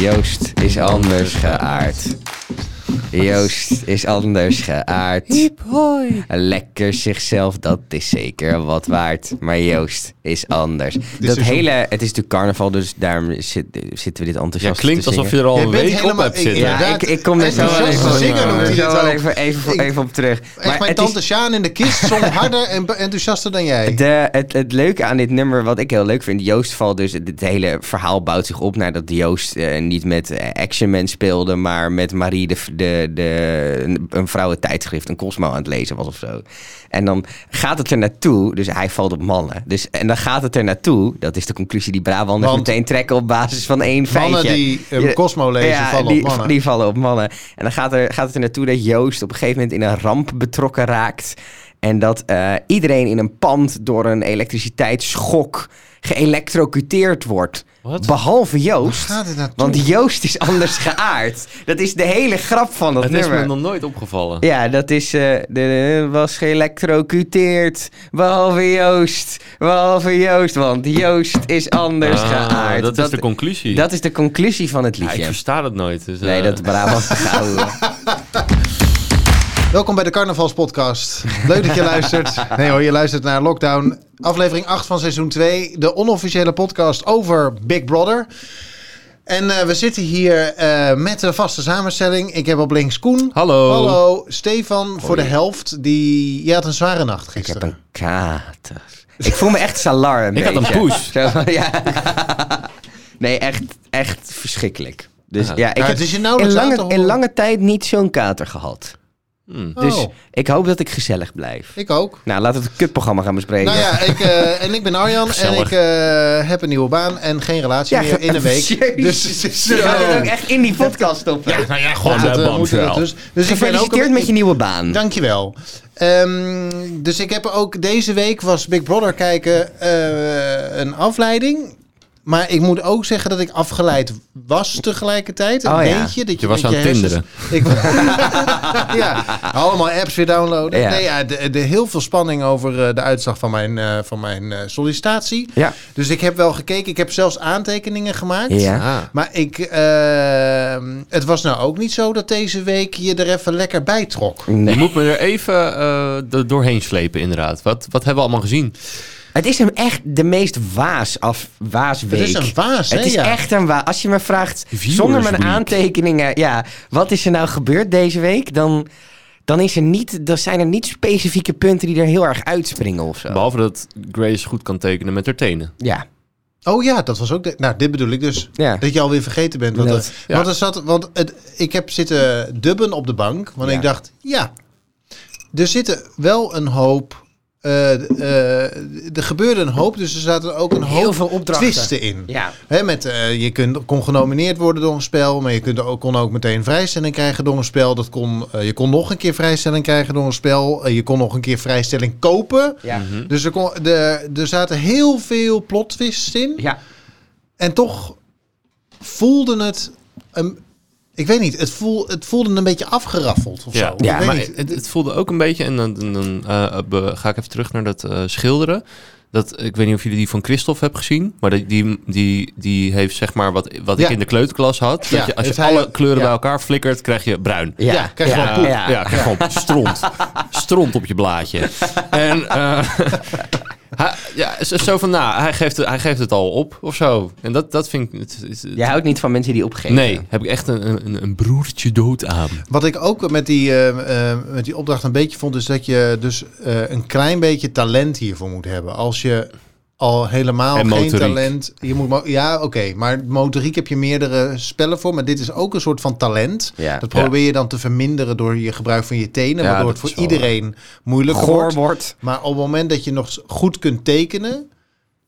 Joost is anders geaard. Joost is anders geaard. Hiep hoi. Lekker zichzelf, dat is zeker wat waard. Maar Joost is anders. dat seizoen. hele, het is natuurlijk carnaval, dus daarom zit- zitten we dit Ja, enthousiast klinkt te alsof je zingen. er al Jij een bent week op helemaal- hebt ik- zitten. Ja, ik, ik kom er zo wel Enthousiaste even, zinger noemt hij zo het wel ook. even, even, Ik- even op terug. Echt, mijn het is- tante Sjaan in de kist zong harder en be- enthousiaster dan jij. De, het, het leuke aan dit nummer, wat ik heel leuk vind, Joost valt dus, het hele verhaal bouwt zich op naar dat Joost eh, niet met eh, Action Man speelde, maar met Marie de, de, de, een, een vrouwentijdschrift, een Cosmo aan het lezen was of zo. En dan gaat het er naartoe, dus hij valt op mannen. Dus, en dan gaat het er naartoe, dat is de conclusie die Brabanders Want- meteen trekken op basis van één feitje. Mannen die Ja, een Cosmo lezen vallen die, op mannen. die vallen op mannen. En dan gaat, er, gaat het er naartoe dat Joost op een gegeven moment in een ramp betrokken raakt. En dat eh, iedereen in een pand door een elektriciteitsschok geëlektrocuteerd wordt. Wat? Behalve Joost. Waar gaat het naartoe? Want Joost is anders geaard. Dat is de hele grap van dat Het is nummer. me nog nooit opgevallen. Ja, dat is. eh, de, de- was geëlektrocuteerd. Behalve Joost. Behalve Joost. Want Joost is anders Ah, geaard. dat, is de conclusie. dat is de conclusie van het Ja, liedje. ik versta dat nooit. Dus, Nee, eh, dat Brabant gehouden. Welkom bij de Carnavalspodcast. Leuk dat je luistert. Nee hoor, je luistert naar Lockdown. Aflevering 8 van seizoen 2. De onofficiële podcast over Big Brother. En eh, we zitten hier eh, met de vaste samenstelling. Ik heb op links Koen. Hallo. Hallo. Stefan voor de helft. Die... Je had een zware nacht Ik heb gisteren. een kater. Ik voel me echt salar. Ik had een poes. poes. Ja. Nee, echt, echt verschrikkelijk. Dus Ja. ja, ik Ja, heb het is je in nauwelijks aan te lange, in horen. lange tijd niet zo'n kater gehad. hmm. Oh, Dus ik hoop dat ik gezellig blijf. ik ook. Nou, laten we het kutprogramma gaan bespreken. Nou ja, ik, eh, en ik ben Arjan en Gezellig. ik eh, heb een nieuwe baan en geen relatie Ja, meer in een week. jezus. Dus het is, Je gaat eh, het ook echt in die podcast stoppen. nou ja, gewoon dat, eh, moeten we dat dus. dus. Dus ik ben ook Gefeliciteerd een- met je nieuwe baan. Dankjewel. Ehm dus ik heb ook deze week was Big Brother kijken eh, een afleiding. Maar ik moet ook zeggen dat ik afgeleid was tegelijkertijd. Een Oh ja. beetje. Dat je, Je was met aan het hersens- Ik, ja, allemaal apps weer downloaden. Ja. Nee, ja, de, de, heel veel spanning over eh, de uitslag van mijn, eh, van mijn eh, sollicitatie. Ja. Dus ik heb wel gekeken. Ik heb zelfs aantekeningen gemaakt. Ja. Ah, Maar ik, ehm, het was nou ook niet zo dat deze week je er even lekker bij trok. Nee. Je moet me er even eh, er doorheen slepen, inderdaad. Wat, wat hebben we allemaal gezien? Het is hem echt de meest waas af, waasweek. Het is een waas, hè? Het is ja. echt een waar. Als je me vraagt, Viewers zonder mijn week. aantekeningen, ja, wat is er nou gebeurd deze week? Dan, dan, is er niet, dan zijn er niet specifieke punten die er heel erg uitspringen of zo. Behalve dat Grace goed kan tekenen met haar tenen. Ja, Oh ja, dat was ook... de- Nou, dit bedoel ik dus. Ja. Dat je alweer vergeten bent. Want, Dat, eh, ja. want, er zat, want het, ik heb zitten dubben op de bank. Want Ja. ik dacht, ja, er zitten wel een hoop... eh, eh, er gebeurde een hoop, dus er zaten ook een Heel hoop veel opdrachten. twisten in. ja. Hè, met, eh, je kunt, kon genomineerd worden door een spel, maar je kunt ook, kon ook meteen vrijstelling krijgen door een spel. Dat kon, eh, je kon nog een keer vrijstelling krijgen door een spel. Eh, je kon nog een keer vrijstelling kopen. Ja. Mhm. Hm? Dus er, kon, de, er zaten heel veel plot twists in. ja. En toch voelde het. een- ik weet niet, het, voel, het voelde een beetje afgeraffeld of zo. Ik Ja, weet maar niet. het, het voelde ook een beetje, en dan, dan, dan, eh, be- ga ik even terug naar dat eh, schilderen. Dat, ik weet niet of jullie die van Christophe hebben gezien, maar die, die, die, die heeft zeg maar wat, wat Ja. ik in de kleuterklas had. Ja, Dat je, als het je hij- alle kleuren ja. bij elkaar flikkert, krijg je bruin. Ja, Ja, krijg je ja, wel poep. ja. Ja, krijg gewoon stront. stront op je blaadje. En eh, hij, ja, zo- zo van, nou, hij geeft, het, hij geeft het al op of zo. En dat, dat vind ik... het- het- Jij houdt niet van mensen die opgeven. nee, heb ik echt een, een, een broertje dood aan. Wat ik ook met die, eh, eh, met die opdracht een beetje vond, is dat je dus eh, een klein beetje talent hiervoor moet hebben. Als je al helemaal En geen motoriek. talent. Je moet, mo- ja, oké. maar motoriek heb je meerdere spellen voor. Maar dit is ook een soort van talent. Ja. Dat probeer je dan te verminderen door je gebruik van je tenen. Ja, waardoor dat het voor is wel iedereen moeilijker Goor wordt. wordt. Maar op het moment dat je nog goed kunt tekenen,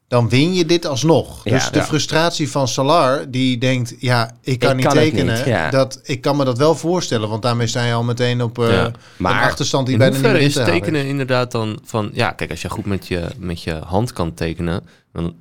dan win je dit alsnog. Ja, dus de ja. frustratie van Salar, die denkt, ja, ik kan Ik niet kan het tekenen. niet, ja. dat, ik kan me dat wel voorstellen, want daarmee sta je al meteen op eh, Ja. Maar een achterstand die In bijna niet hoeverre meer is te halen tekenen inderdaad dan van... Ja, kijk, als je goed met je, met je hand kan tekenen... dan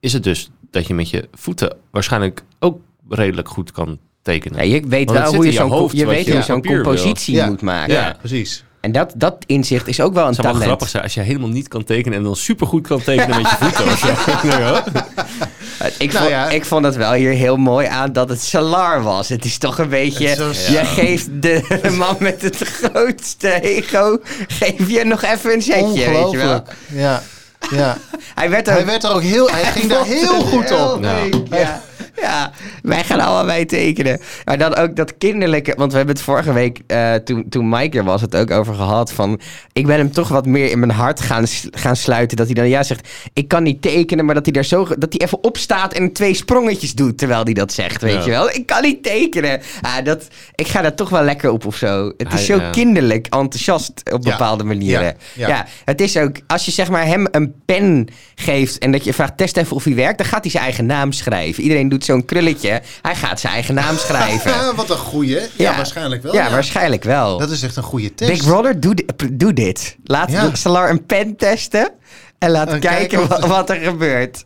is het dus dat je met je voeten waarschijnlijk ook redelijk goed kan tekenen. Ja, je weet het wel zit hoe je in je zo'n co- hoofd je wat weet je hoe op zo'n papier wil. compositie Ja. moet maken. Ja. Precies. En dat, dat inzicht is ook wel een Het zou wel talent. grappig zijn als je helemaal niet kan tekenen... en dan supergoed kan tekenen met je voeten. of zo. Eh, Ik, Nou vond, ja. ik vond het wel hier heel mooi aan dat het Salar was. Het is toch een beetje... Het is zo- Je geeft de man met het grootste ego... geef je nog even een zetje, weet je wel. Ongelooflijk. Ja. ja. Hij werd Hij ook... werd er ook heel... Hij ging daar vond heel het goed heel op. Ja. leuk, Ja. ja, wij gaan allemaal bij tekenen. Maar dan ook dat kinderlijke, want we hebben het vorige week, eh, toen, toen Mike er was, het ook over gehad. Van, ik ben hem toch wat meer in mijn hart gaan, s- gaan sluiten. Dat hij dan ja zegt, ik kan niet tekenen, maar dat hij daar zo, ge- dat hij even opstaat en twee sprongetjes doet terwijl hij dat zegt. Weet Ja. je wel, ik kan niet tekenen. Ah, dat, ik ga daar toch wel lekker op of zo. Het Hij, is zo ja. kinderlijk enthousiast op Ja. bepaalde manieren. Ja. Ja. ja, het is ook, als je zeg maar hem een pen geeft en dat je vraagt test even of hij werkt, dan gaat hij zijn eigen naam schrijven. Iedereen doet zo'n krulletje, hij gaat zijn eigen naam schrijven. Ja, wat een goeie. Ja, waarschijnlijk wel. Ja, ja. waarschijnlijk wel. Dat is echt een goede test. Big Brother, doe, di- doe dit. Laat Ja. Salar een pen testen en laat En kijken kijken wa- of- wat, er gebeurt.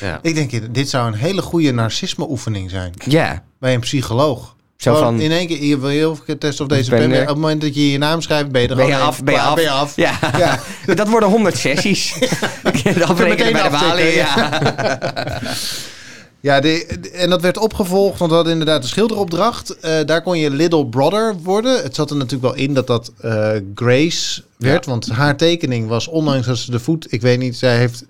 Ja. Ik denk, dit zou een hele goede narcisme-oefening zijn. Ja, Bij een psycholoog. Zo Gewoon van- in één keer, je wil heel veel testen of deze Ben pen... er- Op het moment dat je je naam schrijft, ben je er ben je gewoon af, even ben je klaar, af. Ben je af. Ja. Ja. dat worden 100 sessies. Dat meteen afrekenen bij de aftikken, balie, ja. ja. Ja, de, de- en dat werd opgevolgd, want we hadden inderdaad de schilderopdracht. Eh, daar kon je Little Brother worden. Het zat er natuurlijk wel in dat dat eh, Grace werd. Want haar tekening was, ondanks dat ze de voet... Ik weet niet, zij heeft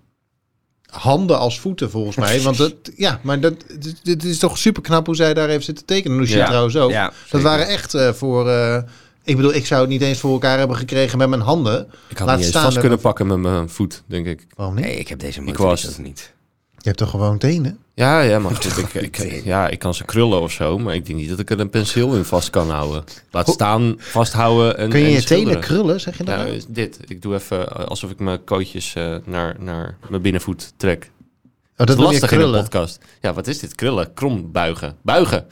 handen als voeten volgens mij. Want dat, ja, maar dat, dit- dit is toch super knap hoe zij daar heeft zitten tekenen. Lucia Ja. trouwens ook. Ja, dat zeker. waren echt eh, voor... eh, ik bedoel, ik zou het niet eens voor elkaar hebben gekregen met mijn handen. Ik had Laat niet eens staan vast met kunnen pakken met mijn voet, denk ik. Waarom niet? Nee, ik heb deze dus. motor was- dat niet. Je hebt toch gewoon tenen? Ja, ja, maar goed, ik, ik- idee. ja, ik kan ze krullen of zo, maar ik denk niet dat ik er een penseel in vast kan houden. Laat staan, vasthouden en Kun je en je tenen schilderen. krullen, zeg je dat? Ja, nou? is dit. Ik doe even eh, alsof ik mijn kootjes eh, naar, naar mijn binnenvoet trek. oh, dat Dat is noem je lastig in een krullen. podcast. Ja, wat is dit? Krullen, krom, buigen. Buigen.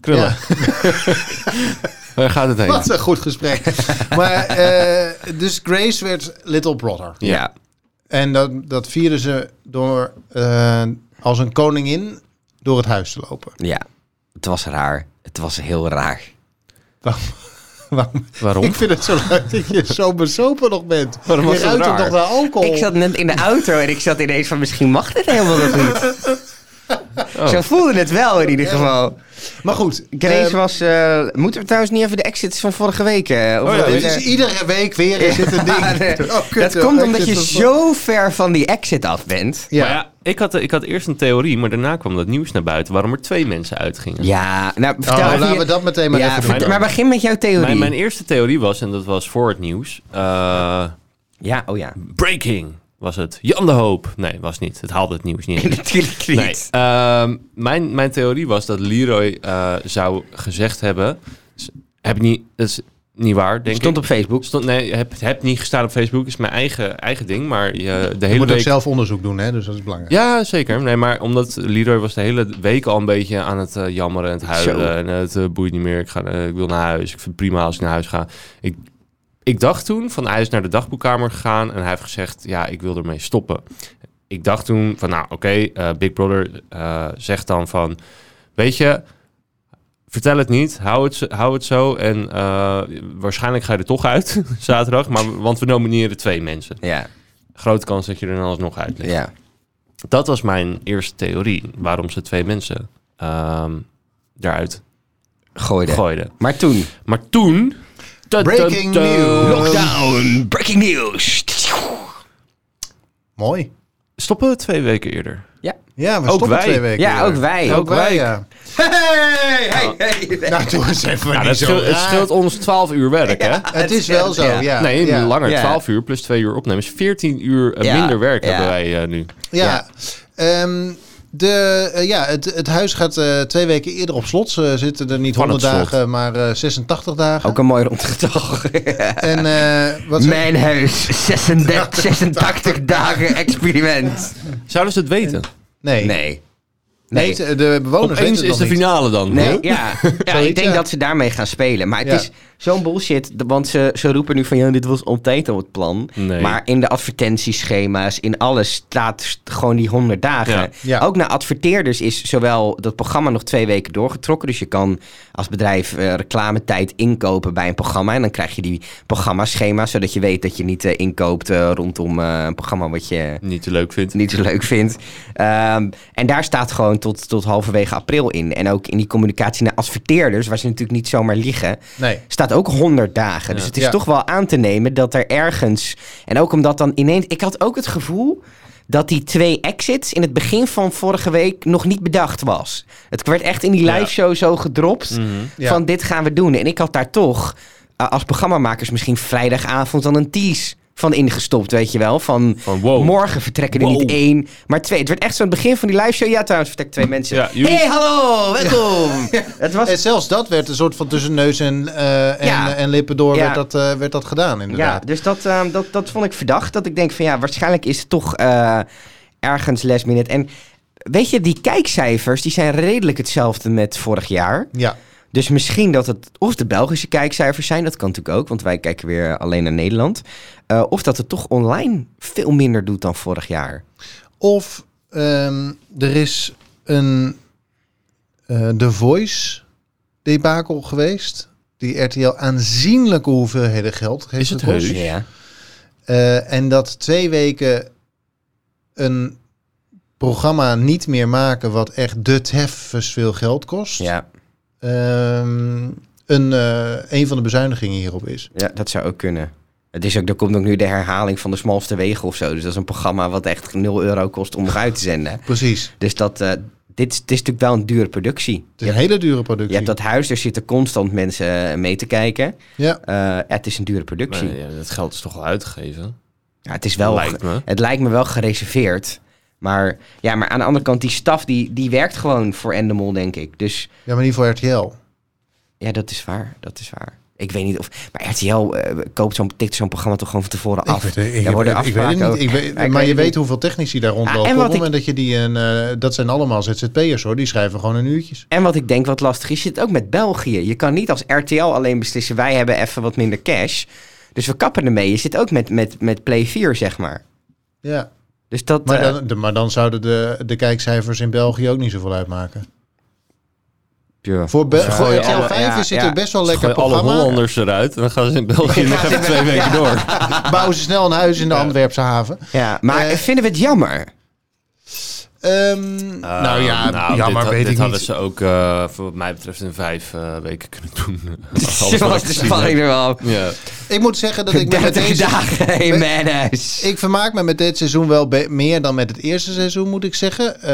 Krullen. Waar gaat het heen? Wat een goed gesprek. maar eh, dus Grace werd Little Brother. Ja. Ja. En dat, dat vierden ze door eh, als een koningin door het huis te lopen. Ja, het was raar. Het was heel raar. Waarom? Waarom? Oh, Ik vind het zo leuk dat je zo bezopen nog bent. Waarom was je dat ruikt ook raar? nog naar alcohol. Ik zat net in de auto en ik zat ineens van misschien mag dit helemaal nog niet. Oh. Zo voelde het wel in ieder geval. Maar goed. Oh. Grace eh, was... eh, moeten we trouwens niet even de exits van vorige week... eh, of Oh ja, wat dit er- is iedere week weer is dit een ding. Oh, kut, dat eh, komt ik omdat je zit er vol- zo ver van die exit af bent. Ja. Ja. Maar ja, ik had, eh, ik had eerst een theorie, maar daarna kwam dat nieuws naar buiten waarom er twee mensen uitgingen. Ja, nou vertel Oh, even laten je- we dat meteen maar ja, even vert- doen. Maar begin met jouw theorie. Mijn, mijn eerste theorie was, en dat was voor het nieuws, eh, Ja, oh ja. breaking was het. Jan de Hoop. Nee, was niet. Het haalde het nieuws niet. in. Natuurlijk niet. Nee. Ehm, mijn, mijn theorie was dat Leroy eh, zou gezegd hebben. s- Heb niet, dat is niet waar, denk Stond ik. op Facebook. Stond, nee, heb, heb niet gestaan op Facebook. is mijn eigen, eigen ding. Maar je, de Je hele moet ook week... zelf onderzoek doen, hè? dus dat is belangrijk. Ja, zeker. Nee, maar omdat Leroy was de hele week al een beetje aan het eh, jammeren en het huilen. Zo. En eh, het eh, boeit niet meer. Ik, ga, eh, ik wil naar huis. Ik vind het prima als ik naar huis ga. Ik, ik dacht toen van hij is naar de dagboekkamer gegaan. En hij heeft gezegd, ja, ik wil ermee stoppen. Ik dacht toen van, nou oké, eh, Big Brother eh, zegt dan van... Weet je, vertel het niet. Hou het, zo- hou het zo. En eh, waarschijnlijk ga je er toch uit zaterdag. Maar, want we nomineren twee mensen. Ja, Grote kans dat je er dan alsnog uit ligt. ja. Dat was mijn eerste theorie. Waarom ze twee mensen ehm daaruit Gooide. gooiden. Maar toen... Maar toen... ta- ta- Breaking ta- news. Lockdown, breaking news. Mooi. Stoppen we twee weken eerder. Ah, Ja, we Ook stoppen wij. twee weken. Ja, weer. ook wij. Ook wij, ja. Hey, hey, hey. Nou, doe eens even Nou, niet dat zo scheelt, het raar. scheelt ons 12 uur werk, hè? Het is wel zo, ja. ja. nee, ja. langer. Ja. 12 uur plus 2 uur opnemen is 14 uur eh, Ja. minder werk Ja. hebben wij eh, nu. Ja. Ja. Ehm, de, eh, ja, het, het huis gaat eh, twee weken eerder op slot. Ze zitten er niet Van het 100 dagen, maar eh, 86 dagen. Ook een mooi rond getal. En eh, wat zei- Mijn huis, 36, 86 dagen experiment. Zouden ze het weten? Nee. Nee. Nee, Nee. de- de bewoners Opeens oh, weten het is de nog niet. finale dan. Nee, Huh? ja. ja ik Zoiets, denk ja. dat ze daarmee gaan spelen. Maar het Ja. is zo'n bullshit, de- want ze, ze roepen nu van... Ja, dit was altijd al het plan. Nee. Maar in de advertentieschema's, in alles staat st- gewoon die 100 dagen. Ja. Ja. Ook naar adverteerders is zowel dat programma nog twee weken doorgetrokken. Dus je kan als bedrijf eh, reclametijd inkopen bij een programma. En dan krijg je die programmaschema's, zodat je weet dat je niet eh, inkoopt eh, rondom eh, een programma wat je Niet te leuk vindt. niet zo leuk vindt. Ehm, en daar staat gewoon tot, tot halverwege april in. En ook in die communicatie naar adverteerders, waar ze natuurlijk niet zomaar liegen, Nee. staat ook 100 dagen. Dus het is Ja. toch wel aan te nemen dat er ergens. En ook omdat dan ineens. Ik had ook het gevoel dat die twee exits in het begin van vorige week nog niet bedacht was. Het werd echt in die Ja. live show zo gedropt Mhm. Ja. van dit gaan we doen. En ik had daar toch eh, als programmamakers misschien vrijdagavond dan een tease van ingestopt, weet je wel? Van, Van wow. morgen vertrekken er Wow. niet één, maar twee. Het werd echt zo'n begin van die live show. Ja, trouwens, vertrekken twee mensen. Ja, jullie- hey, hallo, welkom. Het was En Eh, zelfs dat werd een soort van tussen neus en, eh, en, Ja. en lippen door Ja. werd, dat, eh, werd dat gedaan, Ja, inderdaad. dus dat, ehm, dat, dat vond ik verdacht. Dat ik denk van ja, waarschijnlijk is het toch eh, ergens last minute. En weet je, die kijkcijfers die zijn redelijk hetzelfde met vorig jaar. Ja. Dus misschien dat het of de Belgische kijkcijfers zijn, dat kan natuurlijk ook, want wij kijken weer alleen naar Nederland. Eh, of dat het toch online veel minder doet dan vorig jaar. Of ehm, er is een eh The Voice debakel geweest. Die RTL aanzienlijke hoeveelheden geld heeft Is het gekost. heus? Ja. Eh, en dat twee weken een programma niet meer maken wat echt de teffens veel geld kost. Ja, Ehm, een, eh, een van de bezuinigingen hierop is. ja, dat zou ook kunnen. Het is ook, er komt ook nu de herhaling van de smalste wegen of zo. Dus dat is een programma wat echt 0 euro kost om eruit te zenden. Precies. Het Dus dat, eh, dit, is- dit is natuurlijk wel een dure productie. is een hele dure productie. Je hebt dat huis, er zitten constant mensen eh, mee te kijken. Ja. Eh, het is een dure productie. Maar, ja, dat geld is toch al uitgegeven? Ja, het is wel Lijkt me. Het lijkt me wel gereserveerd. Maar, ja, maar aan de andere kant, die staf die, die werkt gewoon voor Endemol, denk ik. Dus ja, maar niet voor RTL. ja, dat is waar. Dat is waar. Ik weet niet of. Maar RTL eh, koopt zo'n, tikt zo'n programma toch gewoon van tevoren af. Ik weet, ik, Daar worden ik- ik weet afspraken het over. niet. Ik weet, Ja, ik maar weet je het weet niet. hoeveel technici daar en rondlopen. op wat het ik- moment dat je die een, eh, dat zijn allemaal ZZP'ers hoor. Die schrijven gewoon een uurtjes. En wat ik denk wat lastig is, zit ook met België. Je kan niet als RTL alleen beslissen, wij hebben even wat minder cash. Dus we kappen ermee. Je zit ook met, met, met Play 4, zeg maar. Ja. Dus dat. Maar, eh, dan, de, maar dan zouden de, de kijkcijfers in België ook niet zoveel uitmaken. Voor, Be- voor gooi RTL alle- 5 ja, is het ja. een best wel Dus lekker gooi alle programma. Hollanders eruit en dan gaan ze in België nog even twee weken door. Bouwen ze snel een huis in de Antwerpse haven. ja, maar eh, vinden we het jammer? Ehm, nou ja, Ah, nou, ja dit maar had- weet dit ik hadden niet. ze ook, eh, voor wat mij betreft, in vijf eh, weken kunnen doen. Zo was de spanning er wel. Ja. Ik moet zeggen dat ik me met 30 deze... dagen in Madness. Ik vermaak me met dit seizoen wel be- meer dan met het eerste seizoen, moet ik zeggen. Eh,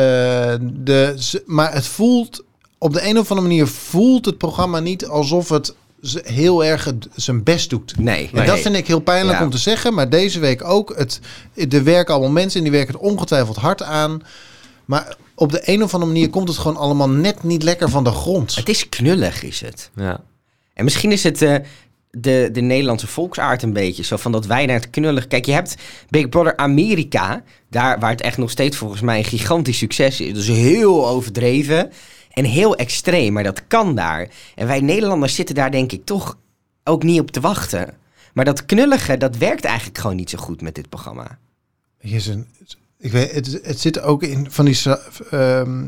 de, z- maar het voelt, op de een of andere manier voelt het programma niet alsof het z- heel erg het- zijn best doet. Nee, En dat vind ik heel pijnlijk Ja. om te zeggen. Maar deze week ook. Het, er werken allemaal mensen en die werken het ongetwijfeld hard aan. Maar op de een of andere manier komt het gewoon allemaal net niet lekker van de grond. Het is knullig, is het. Ja. En misschien is het eh, de, de Nederlandse volksaard een beetje. Zo van dat wij naar het knullig... Kijk, je hebt Big Brother Amerika. Daar waar het echt nog steeds volgens mij een gigantisch succes is. Dus heel overdreven en heel extreem. Maar dat kan daar. En wij Nederlanders zitten daar denk ik toch ook niet op te wachten. Maar dat knullige, dat werkt eigenlijk gewoon niet zo goed met dit programma. Hier is een, ik weet, het, het zit ook in van die sa- ehm,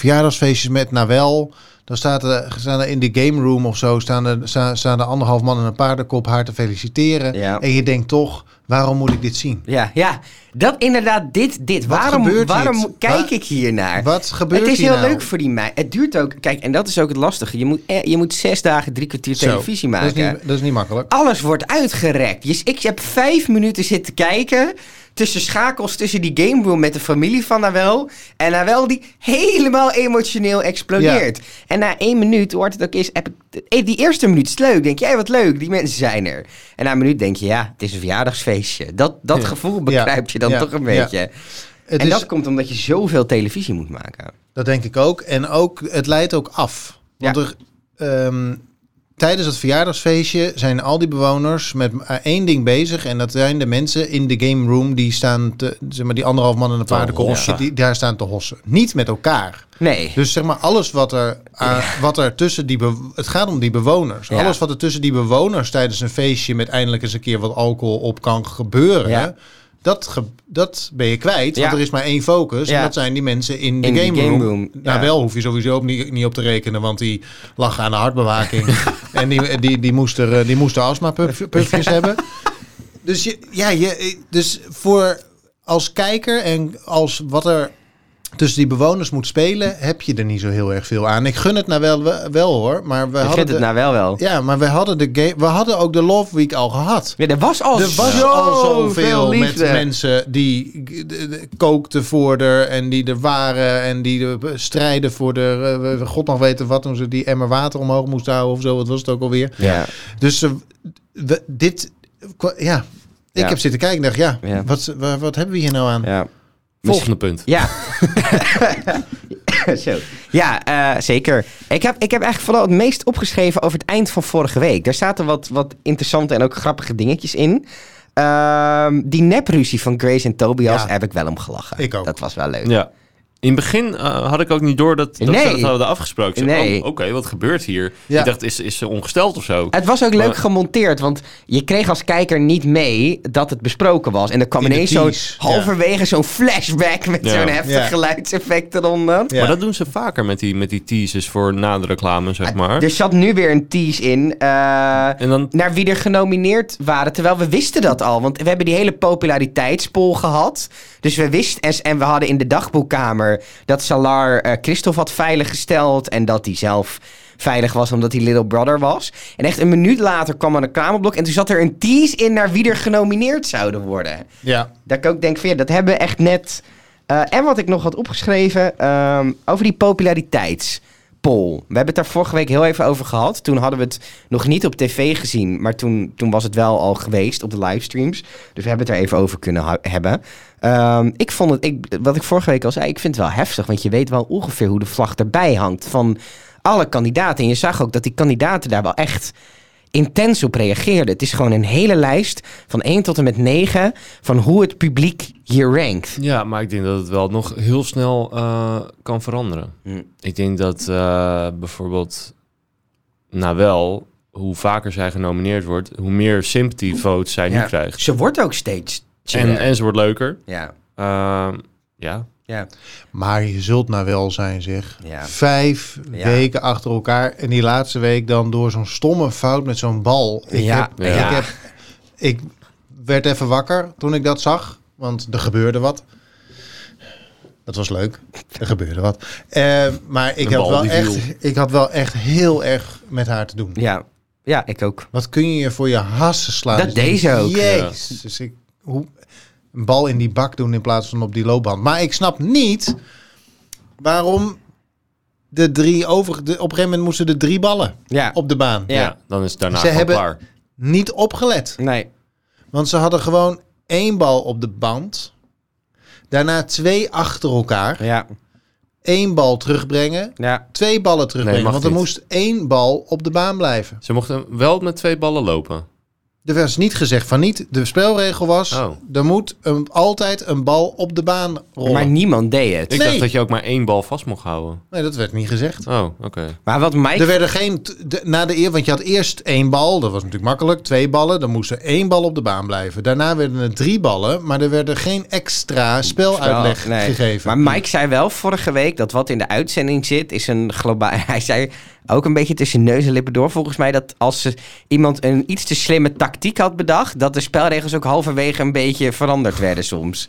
verjaardagsfeestjes met Nawel. Dan staat er, staan er in de game room of zo staan er, sta- staan er anderhalf man en een paardenkop haar te feliciteren. Ja. En je denkt toch, waarom moet ik dit zien? Ja, ja. Dat inderdaad, dit, dit. Wat waarom gebeurt waarom hier? kijk Waar- ik hier naar? Wat gebeurt het is hier heel nou? leuk voor die meid. Het duurt ook. Kijk, en dat is ook het lastige. Je moet, eh, je moet zes dagen, drie kwartier Zo, televisie maken. Dat is niet, dat is niet makkelijk. Alles wordt uitgerekt. Dus ik heb vijf minuten zitten kijken. Tussen schakels, tussen die game room met de familie van Nawel. En Nawel die helemaal emotioneel explodeert. En na één minuut, hoe hard het ook is, heb ik, eh, die eerste minuut is leuk. Denk jij, wat leuk, die mensen zijn er. En na een minuut denk je, ja, het is een verjaardagsfeestje. Dat, dat Ja. gevoel begrijp je dan Ja. toch een Ja. beetje. Het en is, dat komt omdat je zoveel televisie moet maken. Dat denk ik ook. En ook, het leidt ook af. Want Ja. er, ehm, tijdens het verjaardagsfeestje zijn al die bewoners met eh, één ding bezig. En dat zijn de mensen in de game room die staan, te, zeg maar, die anderhalf man in de paardenkoolsje, hossen. die daar staan te hossen. Niet met elkaar. Nee. Dus zeg maar alles wat er, aan- wat er tussen die... be- Het gaat om die bewoners. Ja. Alles wat er tussen die bewoners tijdens een feestje... met eindelijk eens een keer wat alcohol op kan gebeuren... Ja. Dat, ge- dat ben je kwijt, Ja. want er is maar één focus. En Ja. dat zijn die mensen in de In die game, game room. room, Nou, ja. wel hoef je sowieso op, niet, niet op te rekenen, want die lag aan de hartbewaking. en die, die, die moest er, eh, die moest er astma-pufjes hebben. Dus, je, ja, je, dus voor als kijker en als wat er tussen die bewoners moet spelen, heb je er niet zo heel erg veel aan. Ik gun het nou wel, wel hoor, maar we Ik hadden vind het de, nou wel wel. ja, maar we hadden de game, we hadden ook de Love Week al gehad. Ja, er was al, Er was zo al zoveel met liefde. mensen die eh, de- de- kookten voor de en die er waren en die er strijden voor de eh, we- god nog weten wat toen ze die emmer water omhoog moesten houden of zo. Wat was het ook alweer? Ja. Dus eh, we- dit, kwa- ja, ik Ja. heb zitten kijken en dacht, ja, Ja. Wat, wa- wat hebben we hier nou aan? ja. Volgende punt. Ja. Zo. Ja, eh, zeker. Ik heb, ik heb eigenlijk vooral het meest opgeschreven over het eind van vorige week. Daar zaten wat, wat interessante en ook grappige dingetjes in. Ehm, die nepruzie van Grace en Tobias Ja. heb ik wel om gelachen. Ik ook. Dat was wel leuk. Ja. In het begin eh, had ik ook niet door dat, dat Nee. ze dat hadden afgesproken. Ik zei, Nee. oh, Oké, wat gebeurt hier? Ja. Ik dacht, is, is ze ongesteld of zo? Het was ook leuk Maar- gemonteerd, want je kreeg als kijker niet mee dat het besproken was. En er kwam In de ineens zo'n tease, ja. halverwege zo'n flashback met Ja. zo'n heftig Ja. geluidseffect eronder. Ja. Maar dat doen ze vaker met die, met die teases voor na de reclame, zeg maar. Er zat nu weer een tease in. eh, En dan, naar wie er genomineerd waren. Terwijl we wisten dat al. Want we hebben die hele populariteitspol gehad. Dus we wisten. En, en we hadden in de dagboekkamer dat Salar eh Christophe had veiliggesteld. En dat hij zelf veilig was omdat hij Little Brother was. En echt een minuut later kwam aan een kamerblok. En toen zat er een tease in naar wie er genomineerd zouden worden. Ja, Dat ik ook denk van ja, dat hebben we echt net. Eh, en wat ik nog had opgeschreven ehm, over die populariteitspol. We hebben het daar vorige week heel even over gehad. Toen hadden we het nog niet op tv gezien, maar toen, toen was het wel al geweest op de livestreams. Dus we hebben het er even over kunnen hou- hebben. Ehm, ik vond het, ik, wat ik vorige week al zei, ik vind het wel heftig, want je weet wel ongeveer hoe de vlag erbij hangt van alle kandidaten. En je zag ook dat die kandidaten daar wel echt intens op reageerden. Het is gewoon een hele lijst van 1 tot en met 9 van hoe het publiek hier rankt. ja, maar ik denk dat het wel nog heel snel eh, kan veranderen. Hm. Ik denk dat eh, bijvoorbeeld Nawel, hoe vaker zij genomineerd wordt, hoe meer sympathy votes zij Ja. nu krijgt. Ze wordt ook steeds En, chiller. en ze wordt leuker. ja, Ehm, ja. ja, maar je zult nou wel zijn, zeg. ja. Vijf Ja. weken achter elkaar. En die laatste week dan door zo'n stomme fout met zo'n bal. Ik, Ja, heb, ja. Ik, heb, ik werd even wakker toen ik dat zag. Want er gebeurde wat. Dat was leuk. Er gebeurde wat. Eh, maar ik Een had, bal wel die echt, viel. ik had wel echt heel erg met haar te doen. ja. Ja, ik ook. Wat kun je je voor je hassen slaan? Dat Dus ik deed ze denk, ook, Jezus. Dus ik, hoe, een bal in die bak doen in plaats van op die loopband. Maar ik snap niet waarom de drie over... De, op een gegeven moment moesten de drie ballen Ja. op de baan. Ja. Ja. dan is het daarna Ze gewoon hebben- klaar. Niet opgelet. Nee. Want ze hadden gewoon één bal op de band. Daarna twee achter elkaar. Ja. Eén bal terugbrengen. Ja. Twee ballen terugbrengen. mag want er niet. moest één bal op de baan blijven. Ze mochten wel met twee ballen lopen. Er was niet gezegd van niet. De spelregel was, Oh. er moet een, altijd een bal op de baan rollen. Maar niemand deed Ik het. Nee. dacht dat je ook maar één bal vast mocht houden. Nee, dat werd niet gezegd. Oh, oké. Maar wat Er mij... werden geen, t- de- na de eer, want je had eerst één bal, dat was natuurlijk makkelijk, twee ballen, dan moest er één bal op de baan blijven. Daarna werden er drie ballen, maar er werden geen extra speluitleg Nee. gegeven. Maar Mike zei wel vorige week dat wat in de uitzending zit, is een globaal. Hij zei ook een beetje tussen neus en lippen door, volgens mij, dat als ze iemand een iets te slimme tactiek had bedacht, dat de spelregels ook halverwege een beetje veranderd werden soms.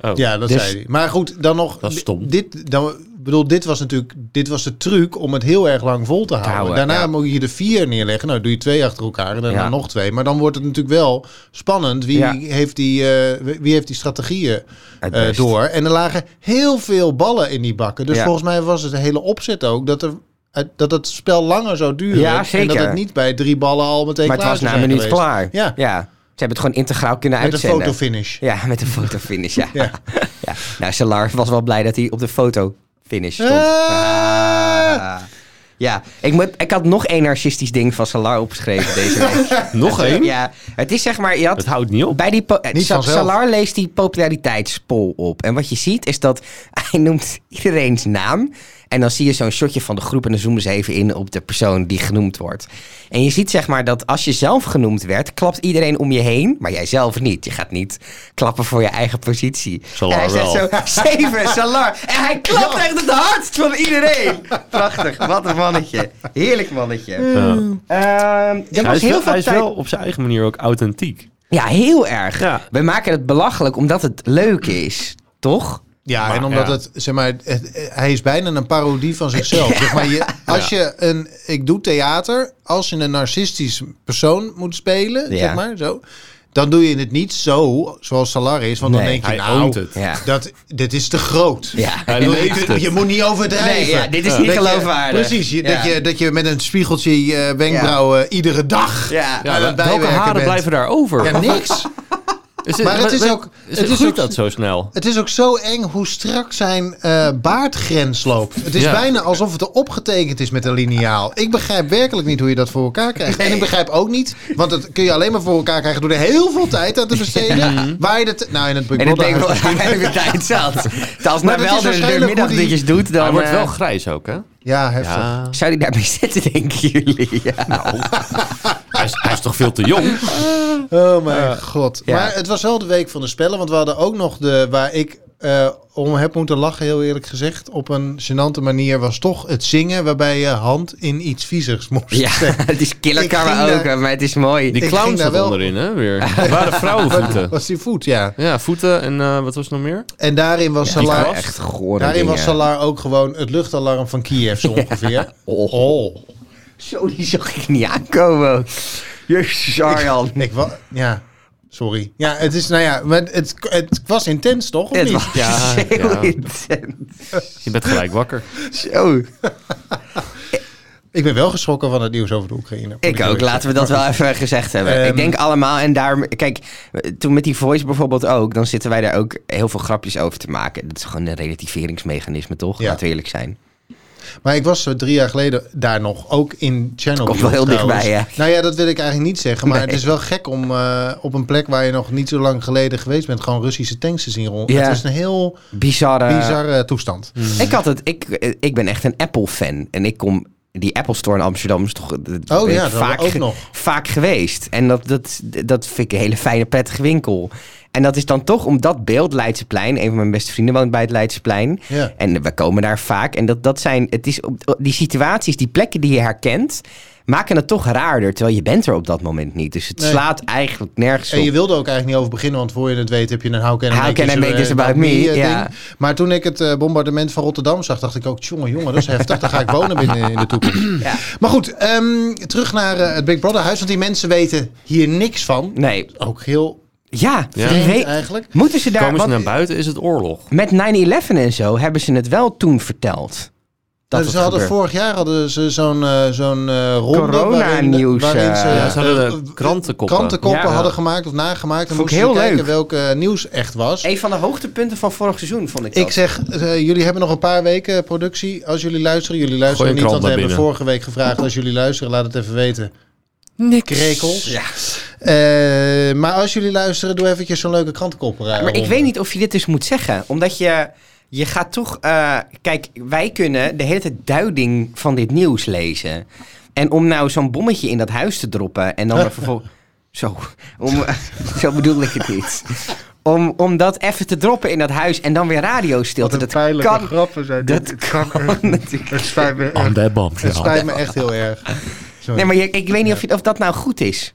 Oh. ja, dat Dus- zei hij. Maar goed, dan nog. Dat is stom. Dit, dan, ik bedoel, dit was natuurlijk dit was de truc om het heel erg lang vol te houden. houden, Daarna ja. moet je er vier neerleggen. Nou, doe je twee achter elkaar en daarna Ja. nog twee. Maar dan wordt het natuurlijk wel spannend. Wie, Ja. heeft, die, eh, wie- wie heeft die strategieën Het eh, best. door? En er lagen heel veel ballen in die bakken. Dus Ja. volgens mij was het de hele opzet ook dat er. uit- Dat het spel langer zou duren. Ja, En dat zeker. het niet bij drie ballen al meteen Maar het klaar was zou na een zijn minuut geweest. klaar. Ja. Ze hebben het gewoon integraal kunnen Met een uitzenden. fotofinish. Ja, met een fotofinish, ja. Ja. ja. Eh. Nou, Salar was wel blij dat hij op de fotofinish stond. Ah! Ah. Ja, ik, moet, ik had nog één narcistisch ding van Salar opgeschreven deze week. Nog één? Ja, het is zeg maar, je Het had houdt niet op. bij die... po- eh, Niet Sa- vanzelf. Salar leest die populariteitspol op. En wat je ziet is dat hij noemt iedereen's naam. En dan zie je zo'n shotje van de groep en dan zoomen ze even in op de persoon die genoemd wordt. En je ziet zeg maar dat als je zelf genoemd werd, klapt iedereen om je heen, maar jijzelf niet. Je gaat niet klappen voor je eigen positie. Salar en hij zegt wel. zo, zeven, Salar. En hij klapt echt het hardst van iedereen. Prachtig, wat een mannetje. Heerlijk mannetje. Ehm, er hij was is, heel wel, hij veel is tijd. wel op zijn eigen manier ook authentiek. Ja, heel erg. Ja. Wij maken het belachelijk omdat het leuk is, toch? Ja, Maar, en omdat ja. het, zeg maar, het- eh, hij is bijna een parodie van zichzelf. Zeg maar, je, als je een, ik doe theater, als je een narcistisch persoon moet spelen, Ja. zeg maar, zo, dan doe je het niet zo, zoals Salar is, want Nee, dan denk Hij je, nou, oont het. Ja. dat, dit is te groot. Ja. Hij Je, leeft je- het. je moet niet overdrijven. Nee, ja, dit is niet Dat je- geloofwaardig. precies, je- Ja. dat, je, dat je met een spiegeltje je eh, wenkbrauwen iedere dag Ja. aan het welke bijwerken haren bent. blijven daar over? Ja, niks. Is het, Maar het is ook- Is het het is goed ook- dat zo snel? Het is ook zo eng hoe strak zijn eh, baardgrens loopt. Het is Ja. bijna alsof het er opgetekend is met een liniaal. Ik begrijp werkelijk niet hoe je dat voor elkaar krijgt. En ik begrijp ook niet, want dat kun je alleen maar voor elkaar krijgen door er heel veel tijd aan te besteden. Waar je dat, nou, in het Big En ik Brother denk huis wel misschien. even tijd zat. Als nou Maar dat wel is de, de waarschijnlijk hoe die- middagdutjes doet, dan hij wordt wel eh, grijs ook, hè? Ja, heftig. Ja. zou hij daarmee zitten, denken jullie? Ja. Hij is, hij is toch veel te jong? Oh mijn god. ja. Maar het was wel de week van de spellen, want we hadden ook nog de waar ik eh, om heb moeten lachen, heel eerlijk gezegd. Op een gênante manier was toch het zingen, waarbij je hand in iets viezigs moest. ja, het is killer Ik ging karaoke, daar- maar het is mooi. Die Ik clown ging daar zat wel- onderin, hè? Weer. Het waren vrouwenvoeten. Was die voet, ja. Ja, voeten en eh, wat was er nog meer? En daarin was Die eh, Salar kan echt gore Daarin was dingen. Salar ook gewoon het luchtalarm van Kiev zo ongeveer. Oh. Oh. Zo, die zag ik niet aankomen. Jezus, Arjan. Ik wa- ja, sorry. Ja, het is, nou ja, maar het, het was intens toch? Of Het niet? was Ja, heel ja. intens. Je bent gelijk wakker. Zo. Ik ben wel geschrokken van het nieuws over de Oekraïne. moet Ik ook, eerlijk laten we dat wel even gezegd hebben. Ehm. ik denk allemaal, en daar, kijk, toen met die voice bijvoorbeeld ook, dan zitten wij daar ook heel veel grapjes over te maken. Dat is gewoon een relativeringsmechanisme, toch? Ja. Laten we eerlijk zijn. Maar ik was eh, drie jaar geleden daar nog, ook in Channel Komt wel View heel trouwens. dichtbij, ja. Nou ja, dat wil ik eigenlijk niet zeggen. Maar Nee. het is wel gek om eh, op een plek waar je nog niet zo lang geleden geweest bent... gewoon Russische tanks te zien rond. Ja. Het is een heel Bizarre. bizarre toestand. Ik had het, ik, eh, ik ben echt een Apple-fan en ik kom, die Apple Store in Amsterdam is toch dat Oh ben ja, ik dat vaak ook ge- nog. vaak geweest. En dat, dat, dat vind ik een hele fijne, prettige winkel. En dat is dan toch om dat beeld Leidseplein. Een van mijn beste vrienden woont bij het Leidseplein. Ja. En we komen daar vaak. En dat, dat zijn, het is op, die situaties, die plekken die je herkent, maken het toch raarder. Terwijl je bent er op dat moment niet. Dus het Nee. slaat eigenlijk nergens op. En je wilde ook eigenlijk niet over beginnen, want voor je het weet heb je een How Can I How Make, can this, I make eh, this about me, eh, ja. ding. Maar toen ik het eh, bombardement van Rotterdam zag, dacht ik ook, jongen, jongen, dat is heftig. Daar ga ik wonen binnen in de toekomst. Ja. Maar goed, ehm, terug naar eh, het Big Brother huis, want die mensen weten hier niks van. Nee. Ook heel Ja, Ja. wie vreemd weet- eigenlijk. moeten ze daar... Komen ze want naar buiten, is het oorlog. Met 9-11 en zo hebben ze het wel toen verteld. Dat Nou, het ze hadden gebeurt. vorig jaar hadden ze zo'n eh, zo'n eh ronde Corona-nieuws, waarin, waarin eh, ze, Ja, ze hadden eh, de krantenkoppen. krantenkoppen Ja. hadden gemaakt of nagemaakt. En Vond ik moesten ze heel kijken leuk. welk eh, nieuws echt was. Een van de hoogtepunten van vorig seizoen, vond ik dat. Ik zeg, eh, jullie hebben nog een paar weken productie. Als jullie luisteren, jullie luisteren Gooi niet. een Want we krant hebben maar vorige week gevraagd. Als jullie luisteren, laat het even weten. Niks. Krekels. Ja. Eh, maar als jullie luisteren, doe eventjes zo'n leuke eh, krantenkop eruit. Maar ik weet niet of je dit dus moet zeggen. Omdat je, je gaat toch... eh, kijk, wij kunnen de hele tijd duiding van dit nieuws lezen. En om nou zo'n bommetje in dat huis te droppen... en dan vervolgens... Zo, om, zo bedoel ik het niet. Om, om dat even te droppen in dat huis en dan weer radio Wat stilte. een Dat pijnlijke kan, grappen zijn dit. dat kan natuurlijk. Het spijt me echt, dat band, het spijt me echt heel erg. Sorry. Nee, maar je- ik weet niet of, je, of dat nou goed is.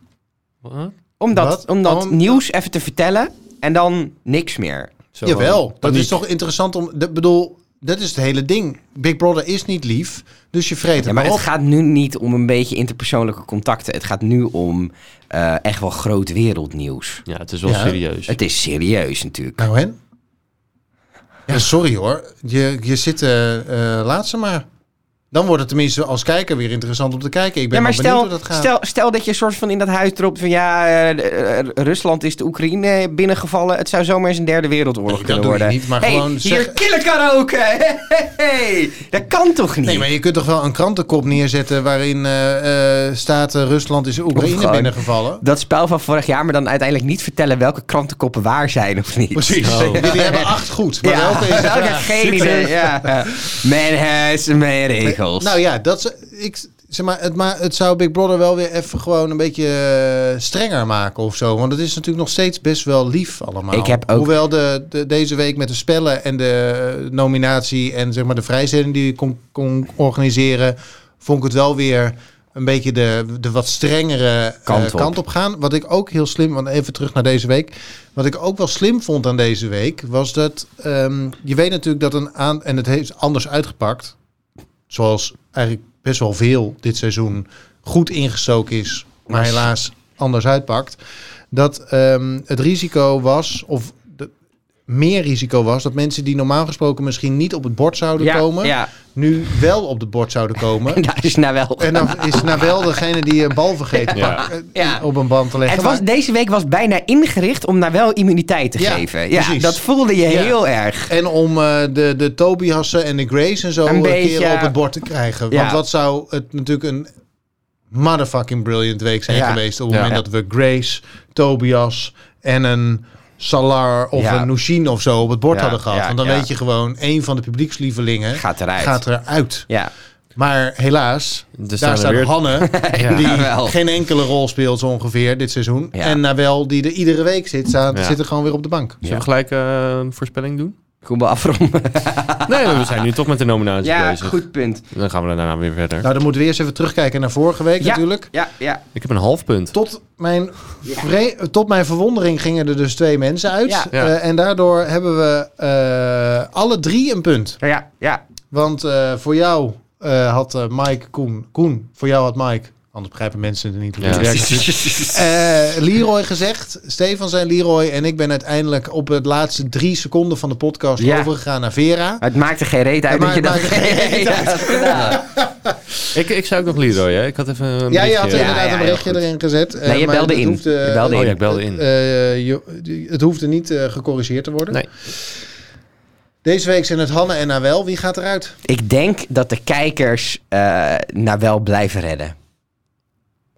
Om dat, Wat? om dat Om- nieuws even te vertellen en dan niks meer. Jawel, dat Paniek. is toch interessant om... Ik bedoel, dat is het hele ding. Big Brother is niet lief, dus je vreet het Ja, maar maar op. het gaat nu niet om een beetje interpersoonlijke contacten. Het gaat nu om eh, echt wel groot wereldnieuws. Ja, het is wel Ja. serieus. Het is serieus natuurlijk. Nou en? Ja, sorry hoor. Je, je zit... eh eh, laat ze maar. Dan wordt het tenminste als kijker weer interessant om te kijken. Ik ben Ja, maar wel benieuwd stel, hoe dat gaat. stel, stel dat je soort van in dat huis dropt van ja, eh, eh, Rusland is de Oekraïne binnengevallen. Het zou zomaar eens een derde wereldoorlog Nee, dat kunnen doe je worden. niet, maar Hey, gewoon hier zeg- killen karaoke! Hey, hey, hey. Dat kan toch niet? Nee, maar je kunt toch wel een krantenkop neerzetten waarin eh, eh, staat eh, Rusland is Of Oekraïne gewoon- binnengevallen. Dat spel van vorig jaar, maar dan uiteindelijk niet vertellen welke krantenkoppen waar zijn of niet. Precies. Jullie hebben acht goed, maar Ja, welke is het? welke geen idee. Ja. ja. Men has mijn regels. Nou ja, dat is- ik, zeg maar, het, maar het zou Big Brother wel weer even gewoon een beetje eh, strenger maken of zo. Want het is natuurlijk nog steeds best wel lief allemaal. Ik heb ook- Hoewel de, de- deze week met de spellen en de eh, nominatie en zeg maar de vrijstelling die je kon, kon organiseren, vond ik het wel weer een beetje de, de wat strengere eh, Kant kant, op. op. gaan. Wat ik ook heel slim, want even terug naar deze week. Wat ik ook wel slim vond aan deze week, was dat ehm, je weet natuurlijk dat een aan en het heeft anders uitgepakt zoals eigenlijk best wel veel dit seizoen goed ingestoken is, maar helaas anders uitpakt. Dat ehm, het risico was, of de, meer risico was, dat mensen die normaal gesproken misschien niet op het bord zouden ja, komen, ja. nu wel op het bord zouden komen. dat is nou wel. En dan is nou wel degene die een bal vergeten Ja. pakt, eh, Ja. op een band te leggen. Het was, Maar- deze week was bijna ingericht om daar wel immuniteit te Ja, geven. Ja, precies. dat voelde je Ja. heel erg. En om eh, de, de Tobiassen en de Grace en zo Een een beetje- keer op het bord te krijgen. Ja. Want wat zou het natuurlijk een motherfucking brilliant week zijn Ja. geweest... op het Ja. moment dat we Grace, Tobias en een Salar of Ja. een Nushin of zo op het bord Ja, hadden gehad. ja, Want dan ja. weet je gewoon, één van de publiekslievelingen gaat, Gaat eruit. eruit. Ja. Maar helaas, Dus daar staat weer... Hanne, die Wel. geen enkele rol speelt zo ongeveer dit seizoen. Ja. En Nawel, die er iedere week zit, staat, Ja. zit er gewoon weer op de bank. Zullen we gelijk eh, een voorspelling doen? Kom maar afronden. Nee, we zijn nu toch met de nominatie Ja, bezig. goed punt. Dan gaan we daarna weer verder. Nou, dan moeten we eerst even terugkijken naar vorige week natuurlijk. Ja, ja. Ik heb een half punt. Tot mijn, vre- tot mijn verwondering gingen er dus twee mensen uit. Ja. Ja. Eh, en daardoor hebben we eh, alle drie een punt. Ja, ja. ja. Want eh, voor jou eh, had eh, Mike Koen. Koen, voor jou had Mike. Anders begrijpen mensen het niet. hoe Ja. het werkt. Eh, Leroy gezegd. Stefan zijn Leroy. En ik ben uiteindelijk op het laatste drie seconden van de podcast Ja. overgegaan naar Vera. Het maakte geen reet uit Het dat je dat maakt- maakt geen reet Ja, dat- Ik, ik zei ook nog Leroy, hè? Ik had even een Ja, je berichtje. had Ja, inderdaad ja, een heel berichtje goed. erin gezet. eh, Nee, je maar belde het in. hoefde- Je belde Oh in. ja, ik belde in. Eh, je- het hoefde niet eh, gecorrigeerd te worden. Nee. Deze week zijn het Hanne en Nawel. Wie gaat eruit? Ik denk dat de kijkers eh nou wel blijven redden.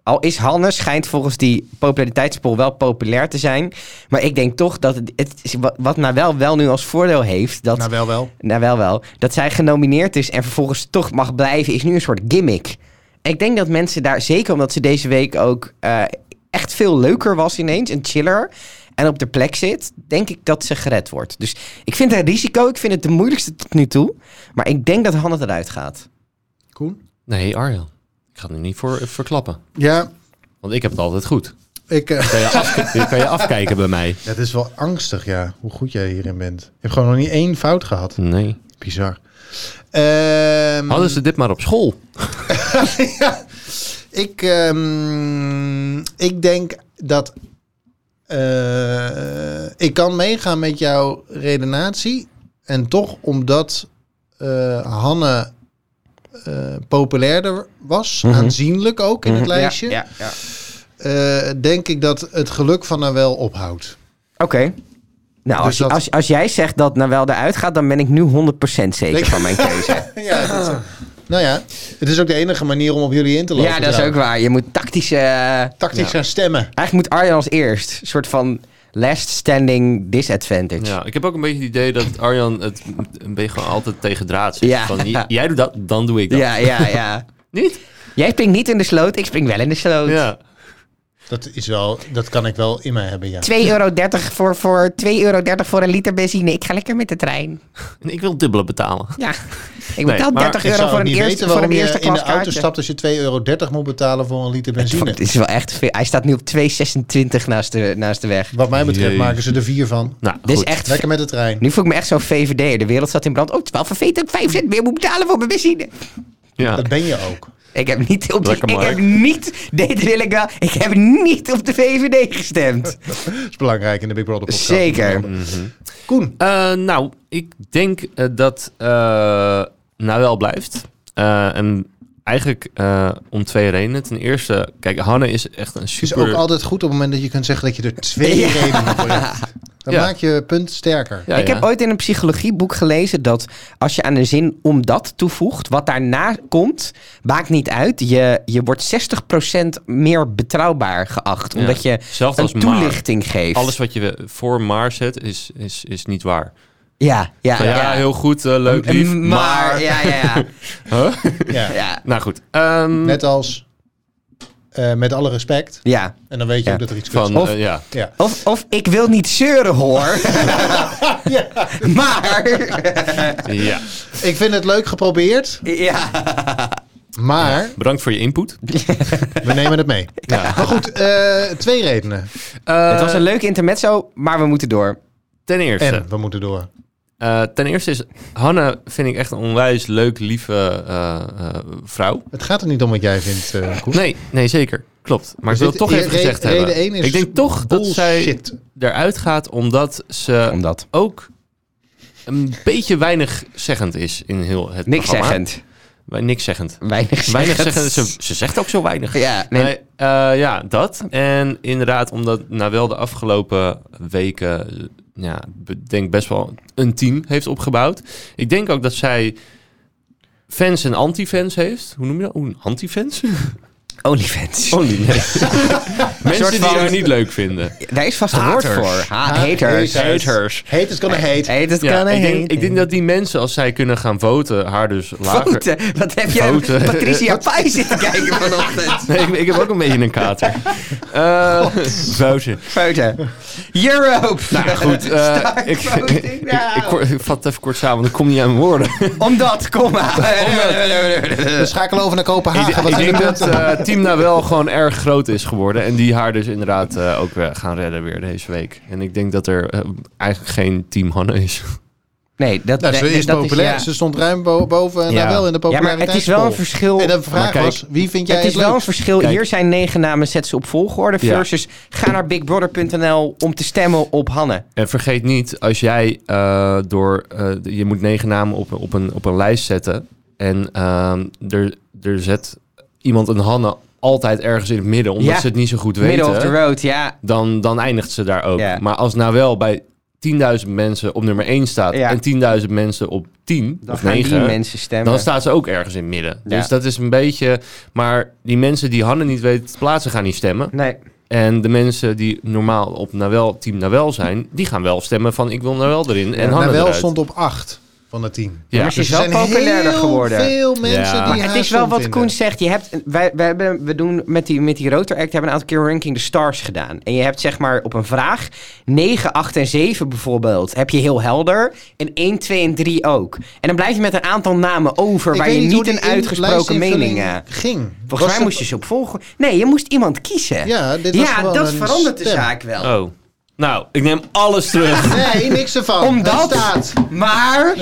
Al is Hanne, schijnt volgens die populariteitspool wel populair te zijn. Maar ik denk toch dat het, het is wat- wat nou wel, wel nu als voordeel heeft. Dat, nou, Nawel wel. wel wel. Dat zij genomineerd is en vervolgens toch mag blijven, is nu een soort gimmick. Ik denk dat mensen daar, zeker omdat ze deze week ook eh, echt veel leuker was ineens, en chiller. En op de plek zit, denk ik dat ze gered wordt. Dus ik vind het een risico. Ik vind het de moeilijkste tot nu toe. Maar ik denk dat Hanne eruit gaat. Koen? Nee, Arjan. Ik ga het nu niet voor, verklappen. Ja, Want ik heb het altijd goed. ik... eh, Kan je, af- je kan je afkijken bij mij. dat is wel angstig, ja. Hoe goed jij hierin bent. Je hebt gewoon nog niet één fout gehad. Nee. Bizar. Ehm, Hadden ze dit maar op school? Ik, ehm, ik denk dat. eh, ik kan meegaan met jouw redenatie. En toch omdat eh, Hanne eh, populairder was, Mhm. aanzienlijk ook in het lijstje, Ja, ja, ja. eh, denk ik dat het geluk van haar wel ophoudt. Oké. Nou, Dus als, je- dat- als, als jij zegt dat nou wel eruit gaat, dan ben ik nu 100% zeker Ik- van mijn keuze. Ja, dat- nou ja, het is ook de enige manier om op jullie in te lopen. ja, dat is ook trouwens. waar. Je moet tactische. eh, Tactisch gaan stemmen. Eigenlijk moet Arjan als eerst. Een soort van last standing disadvantage. Ja, ik heb ook een beetje het idee dat Arjan het een beetje gewoon altijd tegen draad zit. Ja. Van, j- jij doet dat, dan doe ik dat. ja, ja. ja. Niet? Jij springt niet in de sloot, ik spring wel in de sloot. Ja. Dat, is wel, dat kan ik wel in mij hebben, ja. 2,30 euro voor, voor, 2,30 euro voor een liter benzine. Ik ga lekker met de trein. En ik wil dubbele betalen. Ja. Ik Nee, betaal maar 30 Ik euro zou voor ook een, niet eerste, weten voor een waarom je eerste in klas de auto kaartje. stapt als je 2,30 euro moet betalen voor een liter benzine. Het is wel echt veel. Hij staat nu op 2,26 naast de, naast de weg. Wat mij betreft Jezus. maken ze er vier van. Nou, Dit is goed. echt... Lekker met de trein. Nu voel ik me echt zo'n VVD. De wereld staat in brand. Oh, 12 van 5 cent meer moet betalen voor mijn benzine. Ja. Dat ben je ook. Ik heb niet op de, Lekker, ik Mark. heb niet, dit wil ik wel, ik heb niet op de VVD gestemd. Dat is belangrijk in de Big Brother podcast. Zeker. Koen, Eh, nou, ik denk eh, dat eh nou wel blijft. Eh, en eigenlijk eh, om twee redenen. Ten eerste, kijk, Hanne is echt een Het is super... ook altijd goed op het moment dat je kunt zeggen dat je er twee redenen voor hebt. Dan Ja. maak je punt sterker. Ja, ik ja. heb ooit in een psychologieboek gelezen dat als je aan een zin om dat toevoegt, wat daarna komt, maakt niet uit. Je, je wordt 60% meer betrouwbaar geacht, Ja. omdat je Zelfs een als maar. toelichting geeft. Alles wat je voor maar zet is, is, is niet waar. Ja, ja, Van, Ja, heel goed, eh, leuk, lief, maar, maar... Ja, ja, ja. Huh? Ja. ja. nou goed. Ehm, Net als eh, met alle respect. ja. En dan weet je Ja. ook dat er iets van, kuts Of- eh, ja. is. Ja. Of, of ik wil niet zeuren hoor, Ja. maar... ja. Ik vind het leuk geprobeerd, ja. maar Bedankt voor je input. we nemen het mee. Ja. Maar goed, eh, twee redenen. Het was Eh, een leuk intermezzo, maar we moeten door. Ten eerste. En we moeten door. Eh, ten eerste is Hanne, vind ik echt een onwijs leuk, lieve eh, eh, vrouw. Het gaat er niet om wat jij vindt, eh Koen. Nee, nee, zeker. Klopt. Maar ik Dus wil dit- het toch re- even re- gezegd reden hebben. één is ik denk toch dat zij Bullshit. eruit gaat omdat ze Omdat. ook een beetje weinig zeggend is in heel het Niks programma. zeggend. Wij- Niks zeggend. Weinig zeggend. Weinig zeggend. Ze, ze zegt ook zo weinig. Ja, nee. Nee, eh, ja, dat. En inderdaad, omdat nou wel de afgelopen weken, eh, ja, be- denk best wel een team heeft opgebouwd. Ik denk ook dat zij fans en anti-fans heeft. Hoe noem je dat? Oeh, Anti-fans? Onlyfans. Mensen die van- haar niet leuk vinden. Daar is vast een Haters. woord voor. Ha Ha- haters. haters. Hate is gonna hate. Heet het Ja, kan ik, heen. denk, ik denk dat die mensen, als zij kunnen gaan voten, haar dus lager... Fouten. Wat heb jij Fouten. Patricia Pai zitten kijken vanochtend? Nee, ik, ik heb ook een beetje een kater. Eh fouten. Fouten. Europe. Nou ja, goed. eh, Start ik, ik, voting ik, now. ik kor- ik vat het even kort samen, want ik kom niet aan mijn woorden. Omdat, kom maar. We schakelen over naar Kopenhagen. Ik, ik Wat zijn de denk punten? dat eh Team Nou wel gewoon erg groot is geworden. En die haar dus inderdaad eh, ook eh, gaan redden weer deze week. En ik denk dat er eh, eigenlijk geen Team Hanne is. Nee, dat, Nou, ze nee, is dat populair. ja. Ze stond ruim bo- boven en Ja. daar wel in de Ja, maar populariteit. het is wel een verschil. En de vraag Maar kijk, was, wie vind jij Het het, is leuk? wel een verschil. Kijk. Hier zijn negen namen, zet ze op volgorde. Ja. Versus ga naar bigbrother.nl om te stemmen op Hanne. En vergeet niet, als jij eh, door... eh, je moet negen namen op, op, een, op een lijst zetten. En ehm, er, er zet iemand een Hanne altijd ergens in het midden. Omdat Ja. ze het niet zo goed Middle of the weten. road, ja. Dan, dan eindigt ze daar ook. Ja. Maar als nou wel bij... 10.000 mensen op nummer 1 staat Ja. en 10.000 mensen op 10 Dan of gaan 9, die mensen stemmen. Dan staat ze ook ergens in het midden. Ja. Dus dat is een beetje. Maar die mensen die Hanne niet weten te plaatsen, gaan niet stemmen. Nee. En de mensen die normaal op Nawel, team Nawel zijn, die gaan wel stemmen van ik wil Nawel erin. En Hanne Nou, wel eruit. stond op 8 van de 10. Ja. maar ze Dus is er wel zijn populairder heel geworden. veel mensen Ja. die Maar het haar is wel stom wat vinden. Koen zegt. Je hebt, wij, wij hebben, we doen met die, met die rotor act hebben we een aantal keer ranking de stars gedaan. En je hebt zeg maar op een vraag 9, 8 en 7 bijvoorbeeld. Heb je heel helder. En 1, 2 en 3 ook. En dan blijf je met een aantal namen over Ik waar weet je hoe niet die een in- uitgesproken lijstinvulling mening eh, hebt. ging. Volgens Was mij moest het- je ze op volgorde. Nee, je moest iemand kiezen. Ja, dit was Ja, gewoon dat een verandert de stem. zaak wel. Oh. Nou, ik neem alles terug. Nee, niks ervan. Omdat. Het staat. Maar.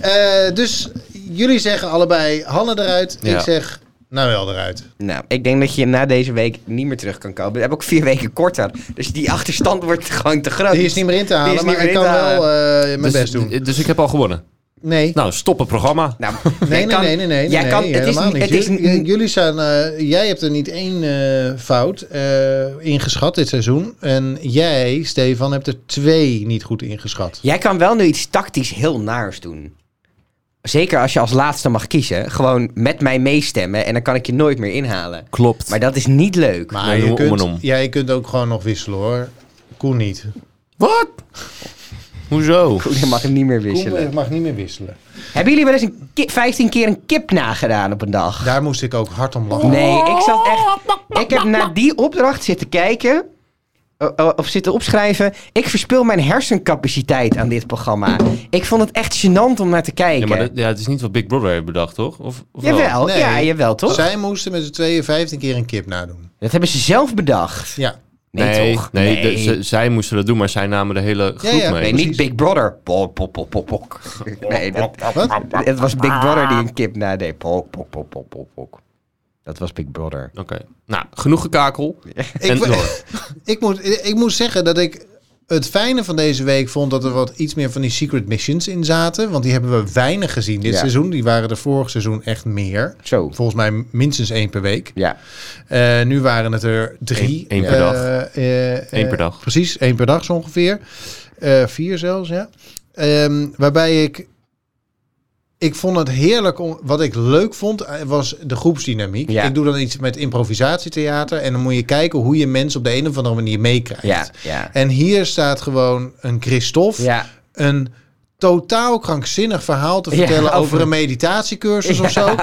Eh, dus jullie zeggen allebei Hanne eruit. Ja. Ik zeg nou wel eruit. Nou, ik denk dat je na deze week niet meer terug kan komen. We hebben ook vier weken korter. Dus die achterstand wordt gewoon te groot. Die is niet meer in te Die is halen, niet maar meer ik kan in te wel eh, mijn dus, best doen. Dus ik heb al gewonnen. Nee. Nou, stop het programma. Nou, jij Nee, nee, kan- nee, nee, nee, jij nee, kan, het is, helemaal niet. Het niet. is, Jullie, niet- jullie zijn, eh, jij hebt er niet één eh, fout eh, ingeschat dit seizoen. En jij, Stefan, hebt er twee niet goed ingeschat. jij kan wel nu iets tactisch heel naars doen. Zeker als je als laatste mag kiezen. Gewoon met mij meestemmen en dan kan ik je nooit meer inhalen. Klopt. Maar dat is niet leuk. Maar Nee, je, om kunt, en om. ja, je kunt ook gewoon nog wisselen hoor. Koen niet. Wat? Hoezo? Goed, je mag hem niet meer Koen wisselen. eh, mag niet meer wisselen. Hebben jullie wel eens een ki- 15 keer een kip nagedaan op een dag? Daar moest ik ook hard om lachen. Nee, ik zat echt. Ik heb naar die opdracht zitten kijken. eh, eh, Of zitten opschrijven. Ik verspil mijn hersencapaciteit aan dit programma. Ik vond het echt gênant om naar te Ja, kijken. maar dat- ja, het is niet wat Big Brother heeft bedacht, toch? Of, of wel? eh, Jawel, Nee. ja, jawel toch? Zij moesten met z'n tweeën vijftien keer een kip nadoen. Dat hebben ze zelf bedacht. Ja. Nee, nee, toch? nee, Nee. de- ze- zij moesten dat doen, maar zij namen de hele groep ja, mee. Nee, precies. niet Big Brother. Pok, pok, pok, pok, pok. Nee, dat, Wat? het was Big Brother die een kip nadeed. Pok, pok, pok, pok, pok, pok. Dat was Big Brother. Oké. Nou, Dus- genoeg gekakel. Ik, En wa- door. ik, moet, ik moet zeggen dat ik het fijne van deze week vond dat er wat iets meer van die secret missions in zaten. Want die hebben we weinig gezien dit Ja. seizoen. Die waren er vorig seizoen echt meer. Zo. Volgens mij minstens één per week. Ja. Eh, nu waren het er drie. Eén- één per dag. Eh, eh, Eén per eh, dag. Precies, één per dag zo ongeveer. Eh, vier zelfs, ja. Ehm, waarbij ik... Ik vond het heerlijk om... Wat ik leuk vond, eh, was de groepsdynamiek. Ja. Ik doe dan iets met improvisatietheater. En dan moet je kijken hoe je mensen op de een of andere manier meekrijgt. Ja. Ja. En hier staat gewoon een Christophe Ja. een totaal krankzinnig verhaal te Ja, vertellen over, over- een meditatiecursus of zo.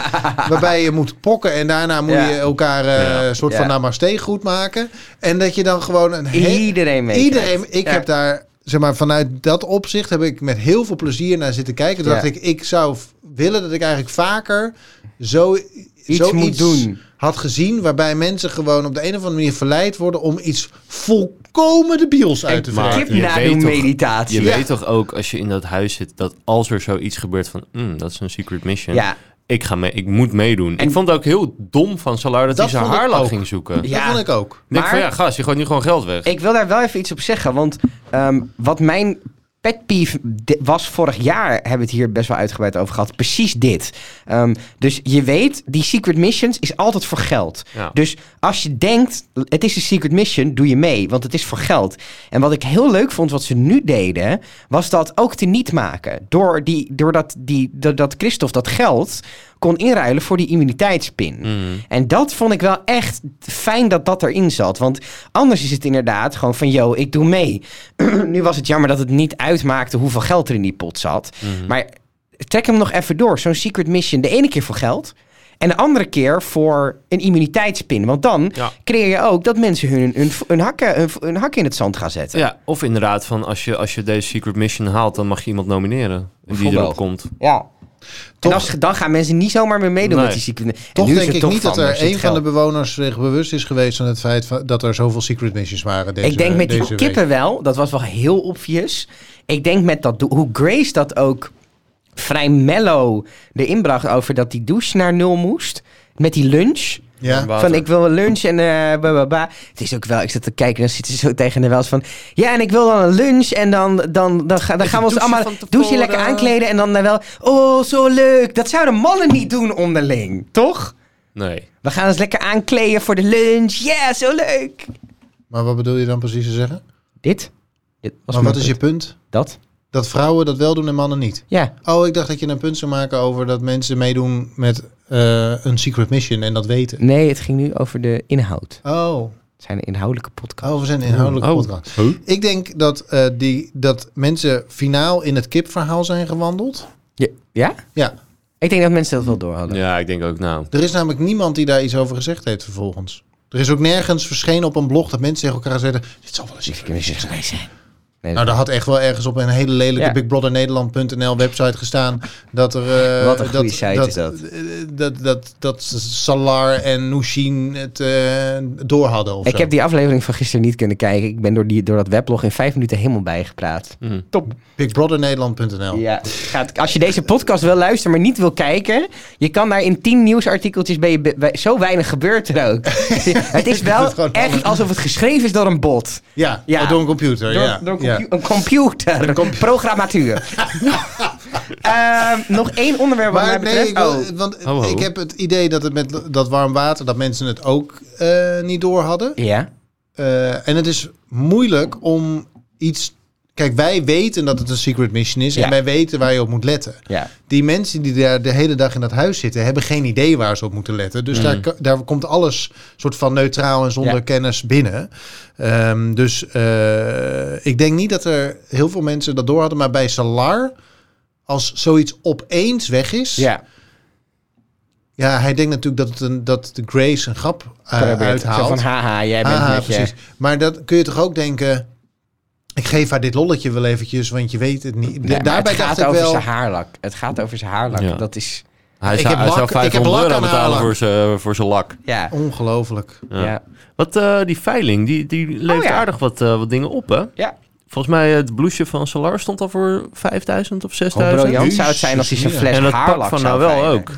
Waarbij je moet pokken en daarna moet Ja. je elkaar eh, Ja. een soort Ja. van namaste goed maken. En dat je dan gewoon een he- Iedereen mee. Iedereen, ik Ja. heb daar, zeg maar, vanuit dat opzicht heb ik met heel veel plezier naar zitten kijken. Toen Ja. dacht ik, ik zou v- willen dat ik eigenlijk vaker zo Iets zoiets moet doen. had gezien waarbij mensen gewoon op de een of andere manier verleid worden om iets volkomen debiels uit te maar- vragen. je weet Kipnadoen toch- meditatie. Je Ja. weet toch ook als je in dat huis zit dat als er zoiets gebeurt van "Mm, dat is een secret mission. Ja. Ik ga mee, ik moet meedoen. En- ik vond het ook heel dom van Salar dat, Dat hij zijn vond ik haarlak ook. ging zoeken. Dat Ja. vond ik ook. Ik denk van Maar- ja, gast, je gooit nu gewoon geld weg. Ik wil daar wel even iets op zeggen. Want ehm, wat mijn pet peeve di- was vorig jaar, hebben we het hier best wel uitgebreid over gehad. Precies dit. Ehm, dus je weet, die secret missions is altijd voor geld. Ja. Dus als je denkt, het is een secret mission, doe je mee. Want het is voor geld. En wat ik heel leuk vond, wat ze nu deden, was dat ook te niet maken. Door die, doordat die, dat, dat Christophe dat geld kon inruilen voor die immuniteitspin. Mm. En dat vond ik wel echt fijn dat dat erin zat. Want anders is het inderdaad gewoon van, yo, ik doe mee. nu was het jammer dat het niet uitmaakte hoeveel geld er in die pot zat. Mhm. Maar trek hem nog even door. Zo'n secret mission, de ene keer voor geld. En de andere keer voor een immuniteitspin. Want dan Ja. creëer je ook dat mensen hun, hun, hun, hakken, hun, hun hakken in het zand gaan zetten. Ja, of inderdaad, van als je, als je deze secret mission haalt, dan mag je iemand nomineren die Bijvoorbeeld. erop komt. Ja. Toch- en als, dan gaan mensen niet zomaar meer meedoen Nee. met die secret mission. Toch denk ik niet dat er één een van de bewoners zich bewust is geweest van het feit van- dat er zoveel secret missions waren. Deze, ik denk met deze die week. kippen wel, dat was wel heel obvious. Ik denk met dat, do- hoe Grace dat ook vrij mellow erin bracht over dat die douche naar nul moest. Met die lunch. Ja. Water. Van ik wil een lunch en eh ba, ba, ba. Het is ook wel, ik zat te kijken en dan zitten ze zo tegen de wels van... Ja, en ik wil dan een lunch en dan, dan, dan, ga- dan gaan we ons douchen allemaal van tevoren. douchen lekker aankleden. En dan eh, wel, oh zo leuk. Dat zouden mannen niet doen onderling, toch? Nee. We gaan ons lekker aankleden voor de lunch. Ja, zo leuk. Maar wat bedoel je dan precies te zeggen? Dit? Dit was Maar mijn wat is je punt. punt? Dat? Dat vrouwen dat wel doen en mannen niet. Ja. Oh, ik dacht dat je een punt zou maken over dat mensen meedoen met eh, een secret mission en dat weten. Nee, het ging nu over de inhoud. Oh, Het zijn inhoudelijke podcasts. oh we zijn inhoudelijk Oh. podcast. Ik denk dat, eh, die, dat mensen finaal in het kipverhaal zijn gewandeld. Oh. Ja? Ja, Ik denk dat mensen dat wel door hadden. Ja, ik denk ook nou. Er is namelijk niemand die daar iets over gezegd heeft vervolgens. Er is ook nergens verschenen op een blog dat mensen tegen elkaar zeiden... Dit zal wel een Dus ik secret kan niet zeggen, nee, zijn. Nee, Nou, daar had echt wel ergens op een hele lelijke Ja. Big Brother Nederland.nl website gestaan dat er eh, Wat een goede site is dat. eh, dat dat dat Salar en Nushin het eh door hadden of ik zo. heb die aflevering van gisteren niet kunnen kijken. Ik ben door, die, door dat weblog in vijf minuten helemaal bijgepraat. Hm. Top. Big Brother Nederland.nl. Ja. Gaat, als je deze podcast wil luisteren, maar niet wil kijken... je kan daar in tien nieuwsartikeltjes... Ben je, be- bij- zo weinig gebeurt er ook. het is Het wel gewoon echt alsof het geschreven is door een bot. Ja, Ja. oh, door een computer. Door, ja. door een, ja. compu- een computer. Programmatuur. Ehm, nog één onderwerp wat mij Maar nee, betreft. ik, wil- Oh. want Ho, ho. ik heb het idee dat het met dat warm water, dat mensen het ook eh, niet door hadden. Ja. Eh, en het is moeilijk om iets. Kijk, wij weten dat het een secret mission is. Ja. En wij weten waar je op moet letten. ja. Die mensen die daar de hele dag in dat huis zitten, hebben geen idee waar ze op moeten letten. Dus daar, ka- daar komt alles soort van neutraal en zonder Mm. Ja. kennis binnen. Ehm, dus eh, ik denk niet dat er heel veel mensen dat door hadden. Maar bij Salar, als zoiets opeens weg is. Ja. ja, hij denkt natuurlijk dat, het een, dat de Grace een grap eh, Probeert. Zo uithaalt. van, haha, jij bent Haha, met je... precies. Maar dat kun je toch ook denken. Ik geef haar dit lolletje wel eventjes, want je weet het niet. Da- Nee, maar Daarbij het gaat dacht ik over wel. zijn haarlak. Het gaat over zijn haarlak. Ja. Dat is... Hij Ik zou, heb hij zou lak- ik heb 500 lak euro aan betalen halen. voor zijn voor zijn lak. Ja. Ongelooflijk. Ja. ja. Wat eh, die veiling, die, die Oh levert ja. aardig wat, eh, wat dingen op, hè? Volgens mij eh, het blouseje van Solar stond al voor 5000 of Hoe 6000. Oh, briljant zou het zijn als hij zijn Jezus, fles en dat pak haarlak van zou nou wel veilen. ook.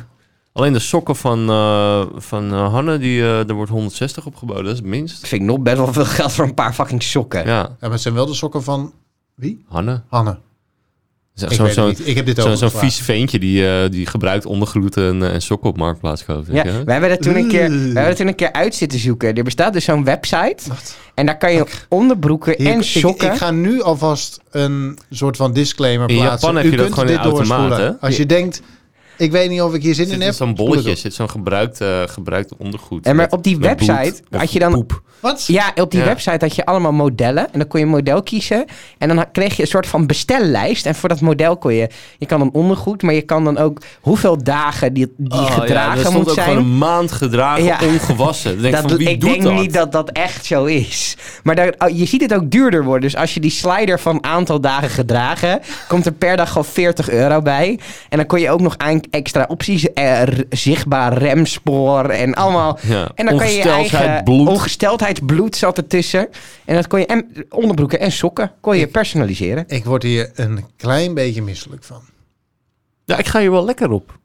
Alleen de sokken van, eh, van eh, Hanne, die, eh er wordt 160 op geboden. Dat is het minst. Vind ik nog best wel veel geld voor een paar fucking sokken. Ja, Ja, maar het zijn wel de sokken van wie? Hanne. Hanne. Zo- Ik Zo'n weet het zo, niet. Ik heb dit ook zo'n zo'n vies veentje die, eh, die gebruikt ondergroeten en, eh, en sokken op Marktplaats koopt. Ja, weet je. we hebben dat toen een keer, we Oeh. hebben dat toen een keer uit zitten zoeken. Er bestaat dus zo'n website. Wat? En daar kan je onderbroeken Hier, en ik- sokken. Ik, ik ga nu alvast een soort van disclaimer In Japan plaatsen. heb U je dat kunt gewoon in dit automaat, doorspoelen. hè? Als je denkt, ik weet niet of ik hier zin in Zit heb. in zo'n spoel het bolletje, op. zit zo'n gebruikt, eh, gebruikt ondergoed. en maar Met- op die met bloed website of had je dan... poep. Wat? Ja, op die Ja. website had je allemaal modellen. En dan kon je een model kiezen. En dan ha- kreeg je een soort van bestellijst. En voor dat model kon je... Je kan dan ondergoed, maar je kan dan ook... Hoeveel dagen die, die Oh, ja, gedragen dat stond moet ook zijn. gewoon een maand gedragen, Ja. ongewassen. Dan Denk ik Dat- van, wie ik doet denk dat? niet dat dat echt zo is. Maar daar, oh, je ziet het ook duurder worden. Dus als je die slider van aantal dagen gedragen, komt er per dag gewoon 40 euro bij. En dan kon je ook nog aan extra opties, eh, r- zichtbaar remspoor en allemaal. Ja, En dan kan je je ongesteldheid, eigen bloed. ongesteldheidsbloed zat ertussen. En dat kon je en onderbroeken en sokken kon je personaliseren. Ik word hier een klein beetje misselijk van. Ja, ik ga hier wel lekker op.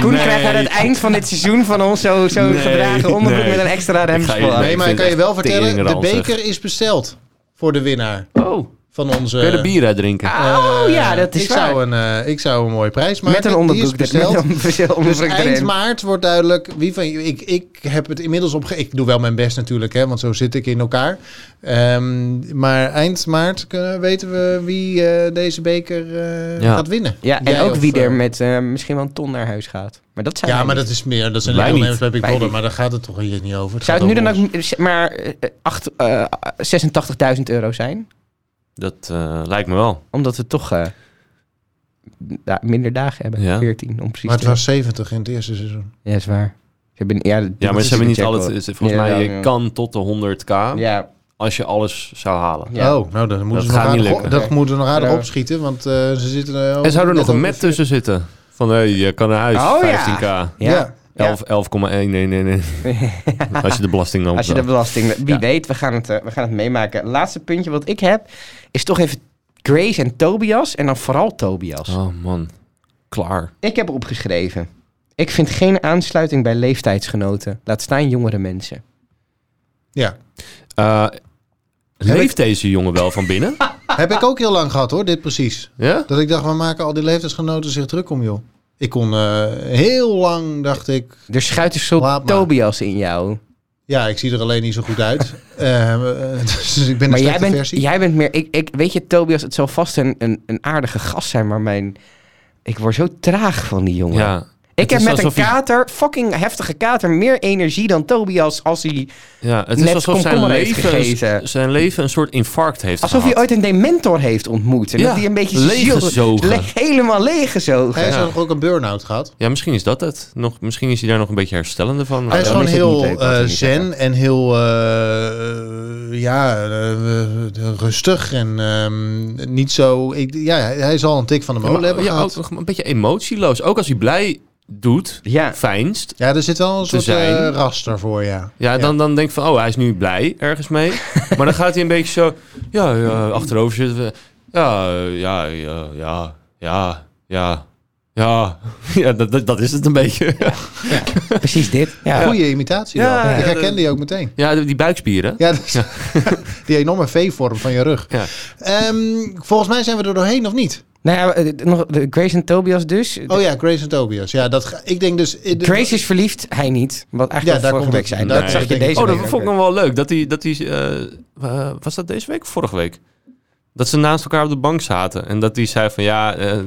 Koen krijgt aan het eind van dit seizoen van ons zo'n zo Nee, gedragen onderbroek nee. met een extra ga je- remspoor. Nee, Nee, ik maar vind ik kan je het wel echt vertellen, de teringeranzig. beker is besteld voor de winnaar Oh, van onze... kun je de bier uit drinken? Oh eh, ja, dat is ik waar. zou, een, eh, ik zou een mooie prijs maken. met een Die is onderbroek. dat- Met besteld. een onderbroek Dus erin. eind maart wordt duidelijk wie van je- Ik, ik heb het inmiddels op. Ik doe wel mijn best natuurlijk, hè, want zo zit ik in elkaar. Ehm, maar eind maart kunnen, weten we wie eh, deze beker eh, Ja. gaat winnen. Ja, en Jij ook of, wie er eh, met eh, misschien wel een ton naar huis gaat. Maar dat zijn Ja, wij maar niet. dat is meer. Dat zijn de Wij deelnemers niet. bij Big Wij Brother, niet. maar daar gaat het toch hier niet over. Het Zou het nu gaat dan over ons. ook eh, maar eh, acht- eh, 86.000 euro zijn? Dat eh, lijkt me wel. Omdat we toch eh, da- minder dagen hebben. Ja. 14 om precies Maar het te was 70 in het eerste seizoen. Ja, is waar. Ze hebben, ja, Ja, maar ze hebben niet alles. alles. Volgens Ja, mij, je ja. kan tot de 100k Ja, als je alles zou halen. ja. Oh, nou, dan moeten Dat we gaat nog niet aardig, lukken. op- dat moeten we nog aardig Ja. opschieten, want eh, ze zitten... eh, al- En zou er nog net een al- met tussen zitten? Van, hé, je kan naar huis, Oh, ja. 15k. Ja. Ja. Ja. 11, 11,1, nee, nee, nee. Als je de belasting eh. nam. Als je de belasting... Wie Ja. weet, we gaan, het, eh, we gaan het meemaken. Laatste puntje wat ik heb, is toch even Grace en Tobias. En dan vooral Tobias. Oh man, klaar. Ik heb opgeschreven. Ik vind geen aansluiting bij leeftijdsgenoten. Laat staan jongere mensen. Ja. Eh, leeft deze jongen wel van binnen? Heb ik ook heel lang gehad hoor, dit precies. ja? Dat ik dacht, we maken al die leeftijdsgenoten zich druk om, joh. Ik kon eh, heel lang, dacht ik... Er schuit een soort Laat maar. Tobias in jou. Ja, ik zie er alleen niet zo goed uit. Eh, eh, dus ik ben Maar een jij slechte bent, versie. jij bent meer... Ik, ik, weet je, Tobias, het zal vast een, een, een aardige gast zijn, maar mijn... Ik word zo traag van die jongen. Ja. ik Het heb is met een alsof hij- kater, fucking heftige kater, meer energie dan Tobias als hij... Ja, het Net is alsof zijn komkommer heeft leven, gegeten. een- zijn leven een soort infarct heeft Alsof hij gehad. ooit een dementor heeft ontmoet. En Ja, dat hij een beetje... leeggezogen. Le- helemaal leeggezogen. Hij is Ja. nog ook een burn-out gehad. Ja, misschien is dat het. Nog, misschien is hij daar nog een beetje herstellende van. Hij is Ja. gewoon mensen die het heel niet weten, laten eh, we niet zen en heel eh, eh, ja, eh, eh, rustig en ehm, niet zo... Ik, ja, hij- hij zal een tik van de Ja, molen maar- hebben ja, gehad. ook nog een beetje emotieloos. Ook als hij blij doet, Ja. fijnst. Ja, er zit wel een soort zijn. eh, raster voor, ja. Ja, dan, dan denk ik van, oh, hij is nu blij ergens mee. maar dan gaat hij een beetje zo, ja, ja, achterover zitten. Ja, eh, ja, ja, ja, ja, ja. Ja, ja dat, dat, dat is het een beetje. Precies dit. Ja. Goede imitatie Ja, wel. ja, Ik herken dat- die ook meteen. Ja, die buikspieren. Ja, dat is- die enorme V-vorm van je rug. Ja. Ehm, volgens mij zijn we er doorheen, of niet? Nou ja, eh, nog, eh, Grace en Tobias dus. Oh ja, Grace en Tobias. Ja, dat ga- ik denk dus... eh, de- Grace is verliefd, hij niet. Wat Ja, eigenlijk daar ja, vorige komt week het. zijn. Nee. Dat zag je Nee, ik deze Oh, dat denk week. vond ik nog wel leuk. Dat die, dat die, eh, eh, was dat deze week of vorige week? Dat ze naast elkaar op de bank zaten. En dat die zei van ja, eh,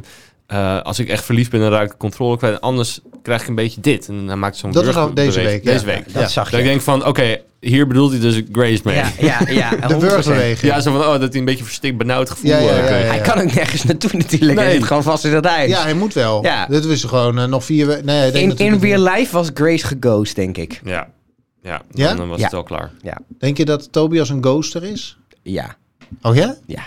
eh, als ik echt verliefd ben, dan raak ik de controle kwijt. Anders krijg ik een beetje dit. En dan maakt zo'n Dat was burger- al deze beweging. week, ja. Deze week. Dat Ja, zag Dat ik je. denk van, oké, hier bedoelt hij dus Grace mee. Ja, Ja, ja, ja. De 100%. burgerbeweging. zo van, oh, dat hij een beetje verstikt, benauwd gevoel Ja, ja, eh, ja, kreeg. ja. Hij kan ook nergens naartoe natuurlijk. Hij Nee. zit gewoon vast in dat eind. Ja, hij moet wel. Ja. Dit is gewoon eh, nog vier weken. Nee, ik denk, in, in natuurlijk- real life was Grace geghost, denk ik. Ja. Ja, dan, Ja? dan was Ja. het al klaar. denk je dat Tobias een ghoster is? Ja, Oh ja? ja. Oh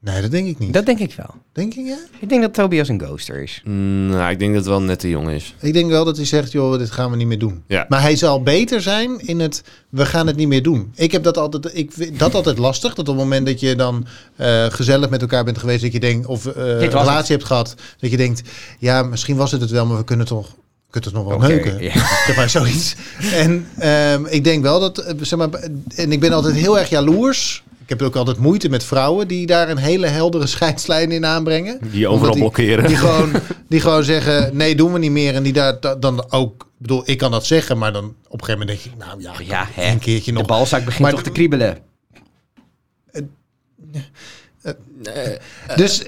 Nee, dat denk ik niet. Dat denk ik wel. Denk je? Ja? Ik denk dat Tobias een ghoster is. Mm, nou, ik denk dat het wel net te jong is. Ik denk wel dat hij zegt, joh, dit gaan we niet meer doen. Ja. Maar hij zal beter zijn in het, we gaan het niet meer doen. Ik heb dat altijd, ik vind dat altijd lastig. Dat op het moment dat je dan eh, gezellig met elkaar bent geweest, dat je denkt, of eh, een het. relatie hebt gehad, dat je denkt, ja, misschien was het het wel, maar we kunnen toch, we kunnen toch nog wel Oké, neuken. ja. Zeg maar zoiets. En ehm, ik denk wel dat, eh, zeg maar, en ik ben altijd heel erg jaloers. Ik heb ook altijd moeite met vrouwen die daar een hele heldere scheidslijn in aanbrengen. Die Omdat overal die- blokkeren. die gewoon, die gewoon zeggen, nee, doen we niet meer. En die daar da- dan ook, ik bedoel, ik kan dat zeggen, maar dan op een gegeven moment denk ik, nou ja, Ja, hè. een keertje De nog. balzaak begint Maar toch d- te kriebelen. Dus,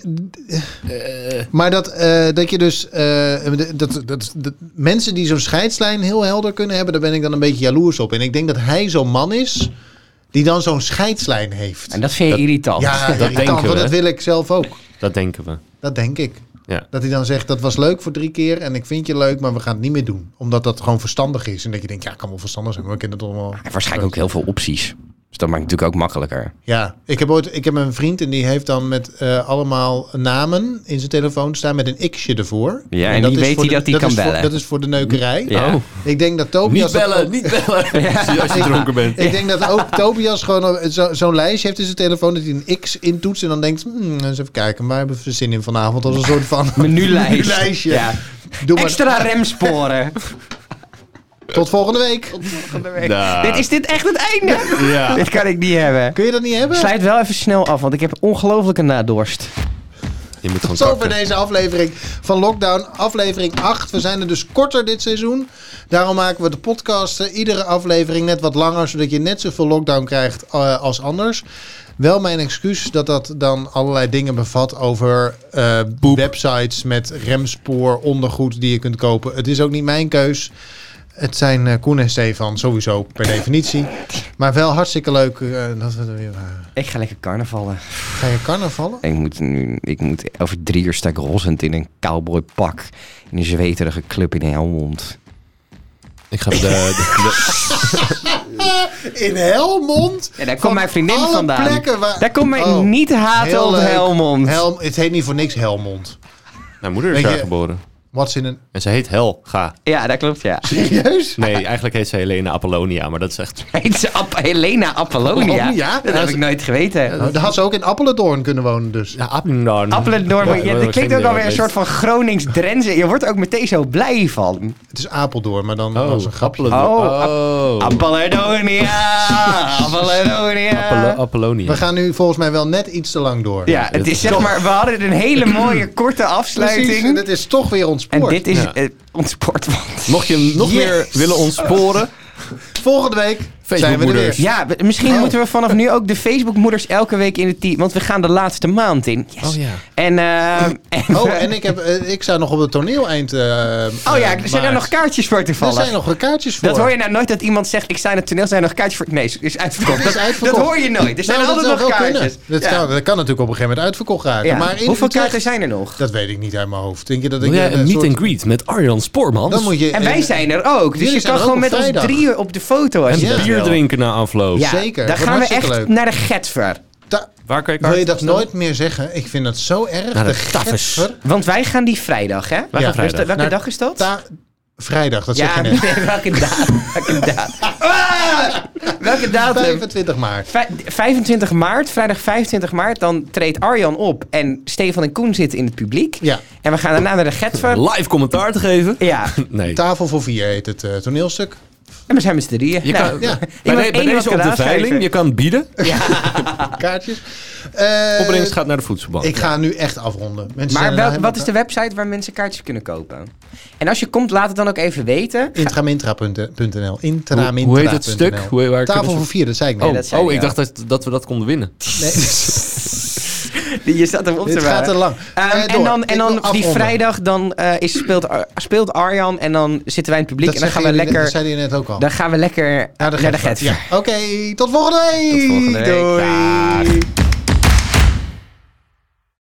maar dat, eh, dat je dus, eh, dat, dat, dat, dat- mensen die zo'n scheidslijn heel helder kunnen hebben, daar ben ik dan een beetje jaloers op. En ik denk dat hij zo'n man is die dan zo'n scheidslijn heeft. En dat vind je irritant. ja, dat, denken we, hè? dat wil ik zelf ook. Dat denken we. Dat denk ik. Ja. Dat hij dan zegt, dat was leuk voor drie keer en ik vind je leuk, maar we gaan het niet meer doen. Omdat dat gewoon verstandig is. En dat je denkt, ja, kan wel verstandig zijn, maar we kennen het allemaal. En waarschijnlijk ook heel veel opties. Dus dat maakt het natuurlijk ook makkelijker. Ja, ik heb ooit, ik heb een vriend en die heeft dan met eh, allemaal namen in zijn telefoon staan met een x'je ervoor. Ja, en dat die is weet voor hij de- dat hij kan is voor- bellen. dat is voor de neukerij. Ja. Oh. Ik denk dat Tobias... Niet dat bellen, ook- niet bellen. Als je dronken bent. Ik denk dat ook Tobias gewoon eh, zo- zo'n lijstje heeft in zijn telefoon dat hij een X intoetst en dan denkt, hmm, eens even kijken, waar hebben we zin in vanavond? Als een soort van Menulijst. menulijstje. Ja. Doe maar, Extra remsporen. tot volgende week. Nou. Dit, is dit echt het einde? Ja. Dit kan ik niet hebben. Kun je dat niet hebben? Sluit wel even snel af, want ik heb ongelooflijke nadorst. Je moet gewoon Zo kakken. voor deze aflevering van Lockdown, aflevering 8. We zijn er dus korter dit seizoen. Daarom maken we de podcast eh, iedere aflevering net wat langer, zodat je net zoveel lockdown krijgt eh, als anders. Wel mijn excuus dat dat dan allerlei dingen bevat over eh, websites met remspoor, ondergoed die je kunt kopen. Het is ook niet mijn keus. Het zijn eh, Koen en Stefan sowieso per definitie. Maar wel hartstikke leuk eh, dat we er weer waren. Ik ga lekker carnavallen. Ga je carnavallen? Ik moet, nu, ik moet over drie uur sta ik rossend in een cowboypak. In een zweterige club in Helmond. Ik ga de, de- In Helmond? Ja, daar komt mijn vriendin alle vandaan. plekken waar- Daar komt mijn Oh, niet haten heel op leuk. Helmond. Helm, het heet niet voor niks Helmond. de- Mijn moeder is Weet daar je- geboren. Wat in een... En ze heet Helga. Ja, dat klopt, ja. Serieus? Nee, eigenlijk heet ze Helena Apollonia, maar dat is echt... Heet ze App- Helena Apollonia? Apollonia? Dat heb ik nooit geweten. Nou, daar had ze ook in Appelendoorn kunnen wonen dus. Ja, Apeldoorn. Appelendorp, Ja, ja, ik dat heb geen klinkt ook idee alweer een wat soort van Gronings Drenzen. Je wordt er ook meteen zo blij van. Het is Apeldoorn, maar dan het was heet. een Oh, grapje. Apeldoorn. Oh, Oh. Apollonia! Appelo- Apollonia! We Apollonia. gaan nu volgens mij wel net iets te lang door. Ja, het is zeg maar, we hadden een hele mooie korte Precies, en afsluiting. het is toch weer En ontspoord. dit is Ja. eh, ons sportwand. Mocht je hem nog Yes. meer willen ontsporen... Volgende week zijn we er weer. Facebookmoeders. Ja, we- misschien Oh. moeten we vanaf nu ook de Facebookmoeders elke week in het team. Want we gaan de laatste maand in. Yes. Oh ja. En, eh, en, Oh, en ik, heb, eh, ik sta nog op het toneel eind eh, oh ja, eh, er zijn er maart. nog kaartjes voor Er toevallig. zijn nog kaartjes voor. Dat hoor je nou nooit dat iemand zegt: Ik sta in het toneel, zijn er nog kaartjes voor. Nee, is uitverkocht. Dat Dat, is uitverkocht. dat hoor je nooit. Er zijn Nou, dat altijd nog zou wel kaartjes. kunnen. Dat, Ja. kan, dat kan natuurlijk op een gegeven moment uitverkocht raken. Ja. Maar in eh, Hoeveel Utrecht- kaarten zijn er nog? Dat weet ik niet uit mijn hoofd. Denk je dat ik Wil jij een eh, een meet soort- and greet met Arjan Spoormans? Dan moet je En wij zijn er ook. Dus eh, Jullie je zijn kan er ook gewoon op met ons vrijdag. drieën op de foto als je Ja. dat bier wil. drinken na afloop. Ja, Zeker. Daar Wordt gaan we echt hartstikke leuk. naar de Getver. Ta- Waar kan je Wil je kaarten dat bestellen? nooit meer zeggen? Ik vind dat zo erg. Naar de De tafels. getver. Want wij gaan die vrijdag, hè? Wij gaan Ja. Dus dat- vrijdag. welke Naar- dag is dat? Ta- Vrijdag, dat zeg ja, je net. nee, welke datum? Welke datum? Ah! Welke datum? 25 maart. Vij- 25 maart, vrijdag 25 maart, dan treedt Arjan op en Stefan en Koen zitten in het publiek. Ja. En we gaan daarna naar de Getver. Live commentaar te geven? Ja, Nee. Tafel voor vier heet het eh, toneelstuk. En we zijn met z'n drieën. Je Nou, kan, ja. mag Bij, de- één bij deze op wakker de aanschrijven. veiling, je kan bieden. Kaartjes. Eh, Opbrengst gaat naar de voedselbank. Ik ga nu echt afronden. Mensen zijn Maar er wel- nou wat is helemaal- de website waar mensen kaartjes kunnen kopen? En als je komt, laat het dan ook even weten. Intramintra.nl. Hoe- Intramintra.nl. hoe heet het stuk? Hoe- waar Tafel kunnen ze- voor vier, dat zei ik net. Oh, dat zei oh, ik, ik ja. dacht dat, dat we dat konden winnen. Nee, Je staat hem op te dit waren. gaat te lang. Ehm, Eh, en door. dan, Ik en dan wil op die afronden. vrijdag dan, eh, is, speelt, Ar- speelt Arjan en dan zitten wij in het publiek. Dat en dan gaan, zei we je net- lekker, Dat zei je net ook al. dan gaan we lekker naar de Getver. Getver. Ja. Oké, tot volgende week. Tot volgende week. Doei. Daag.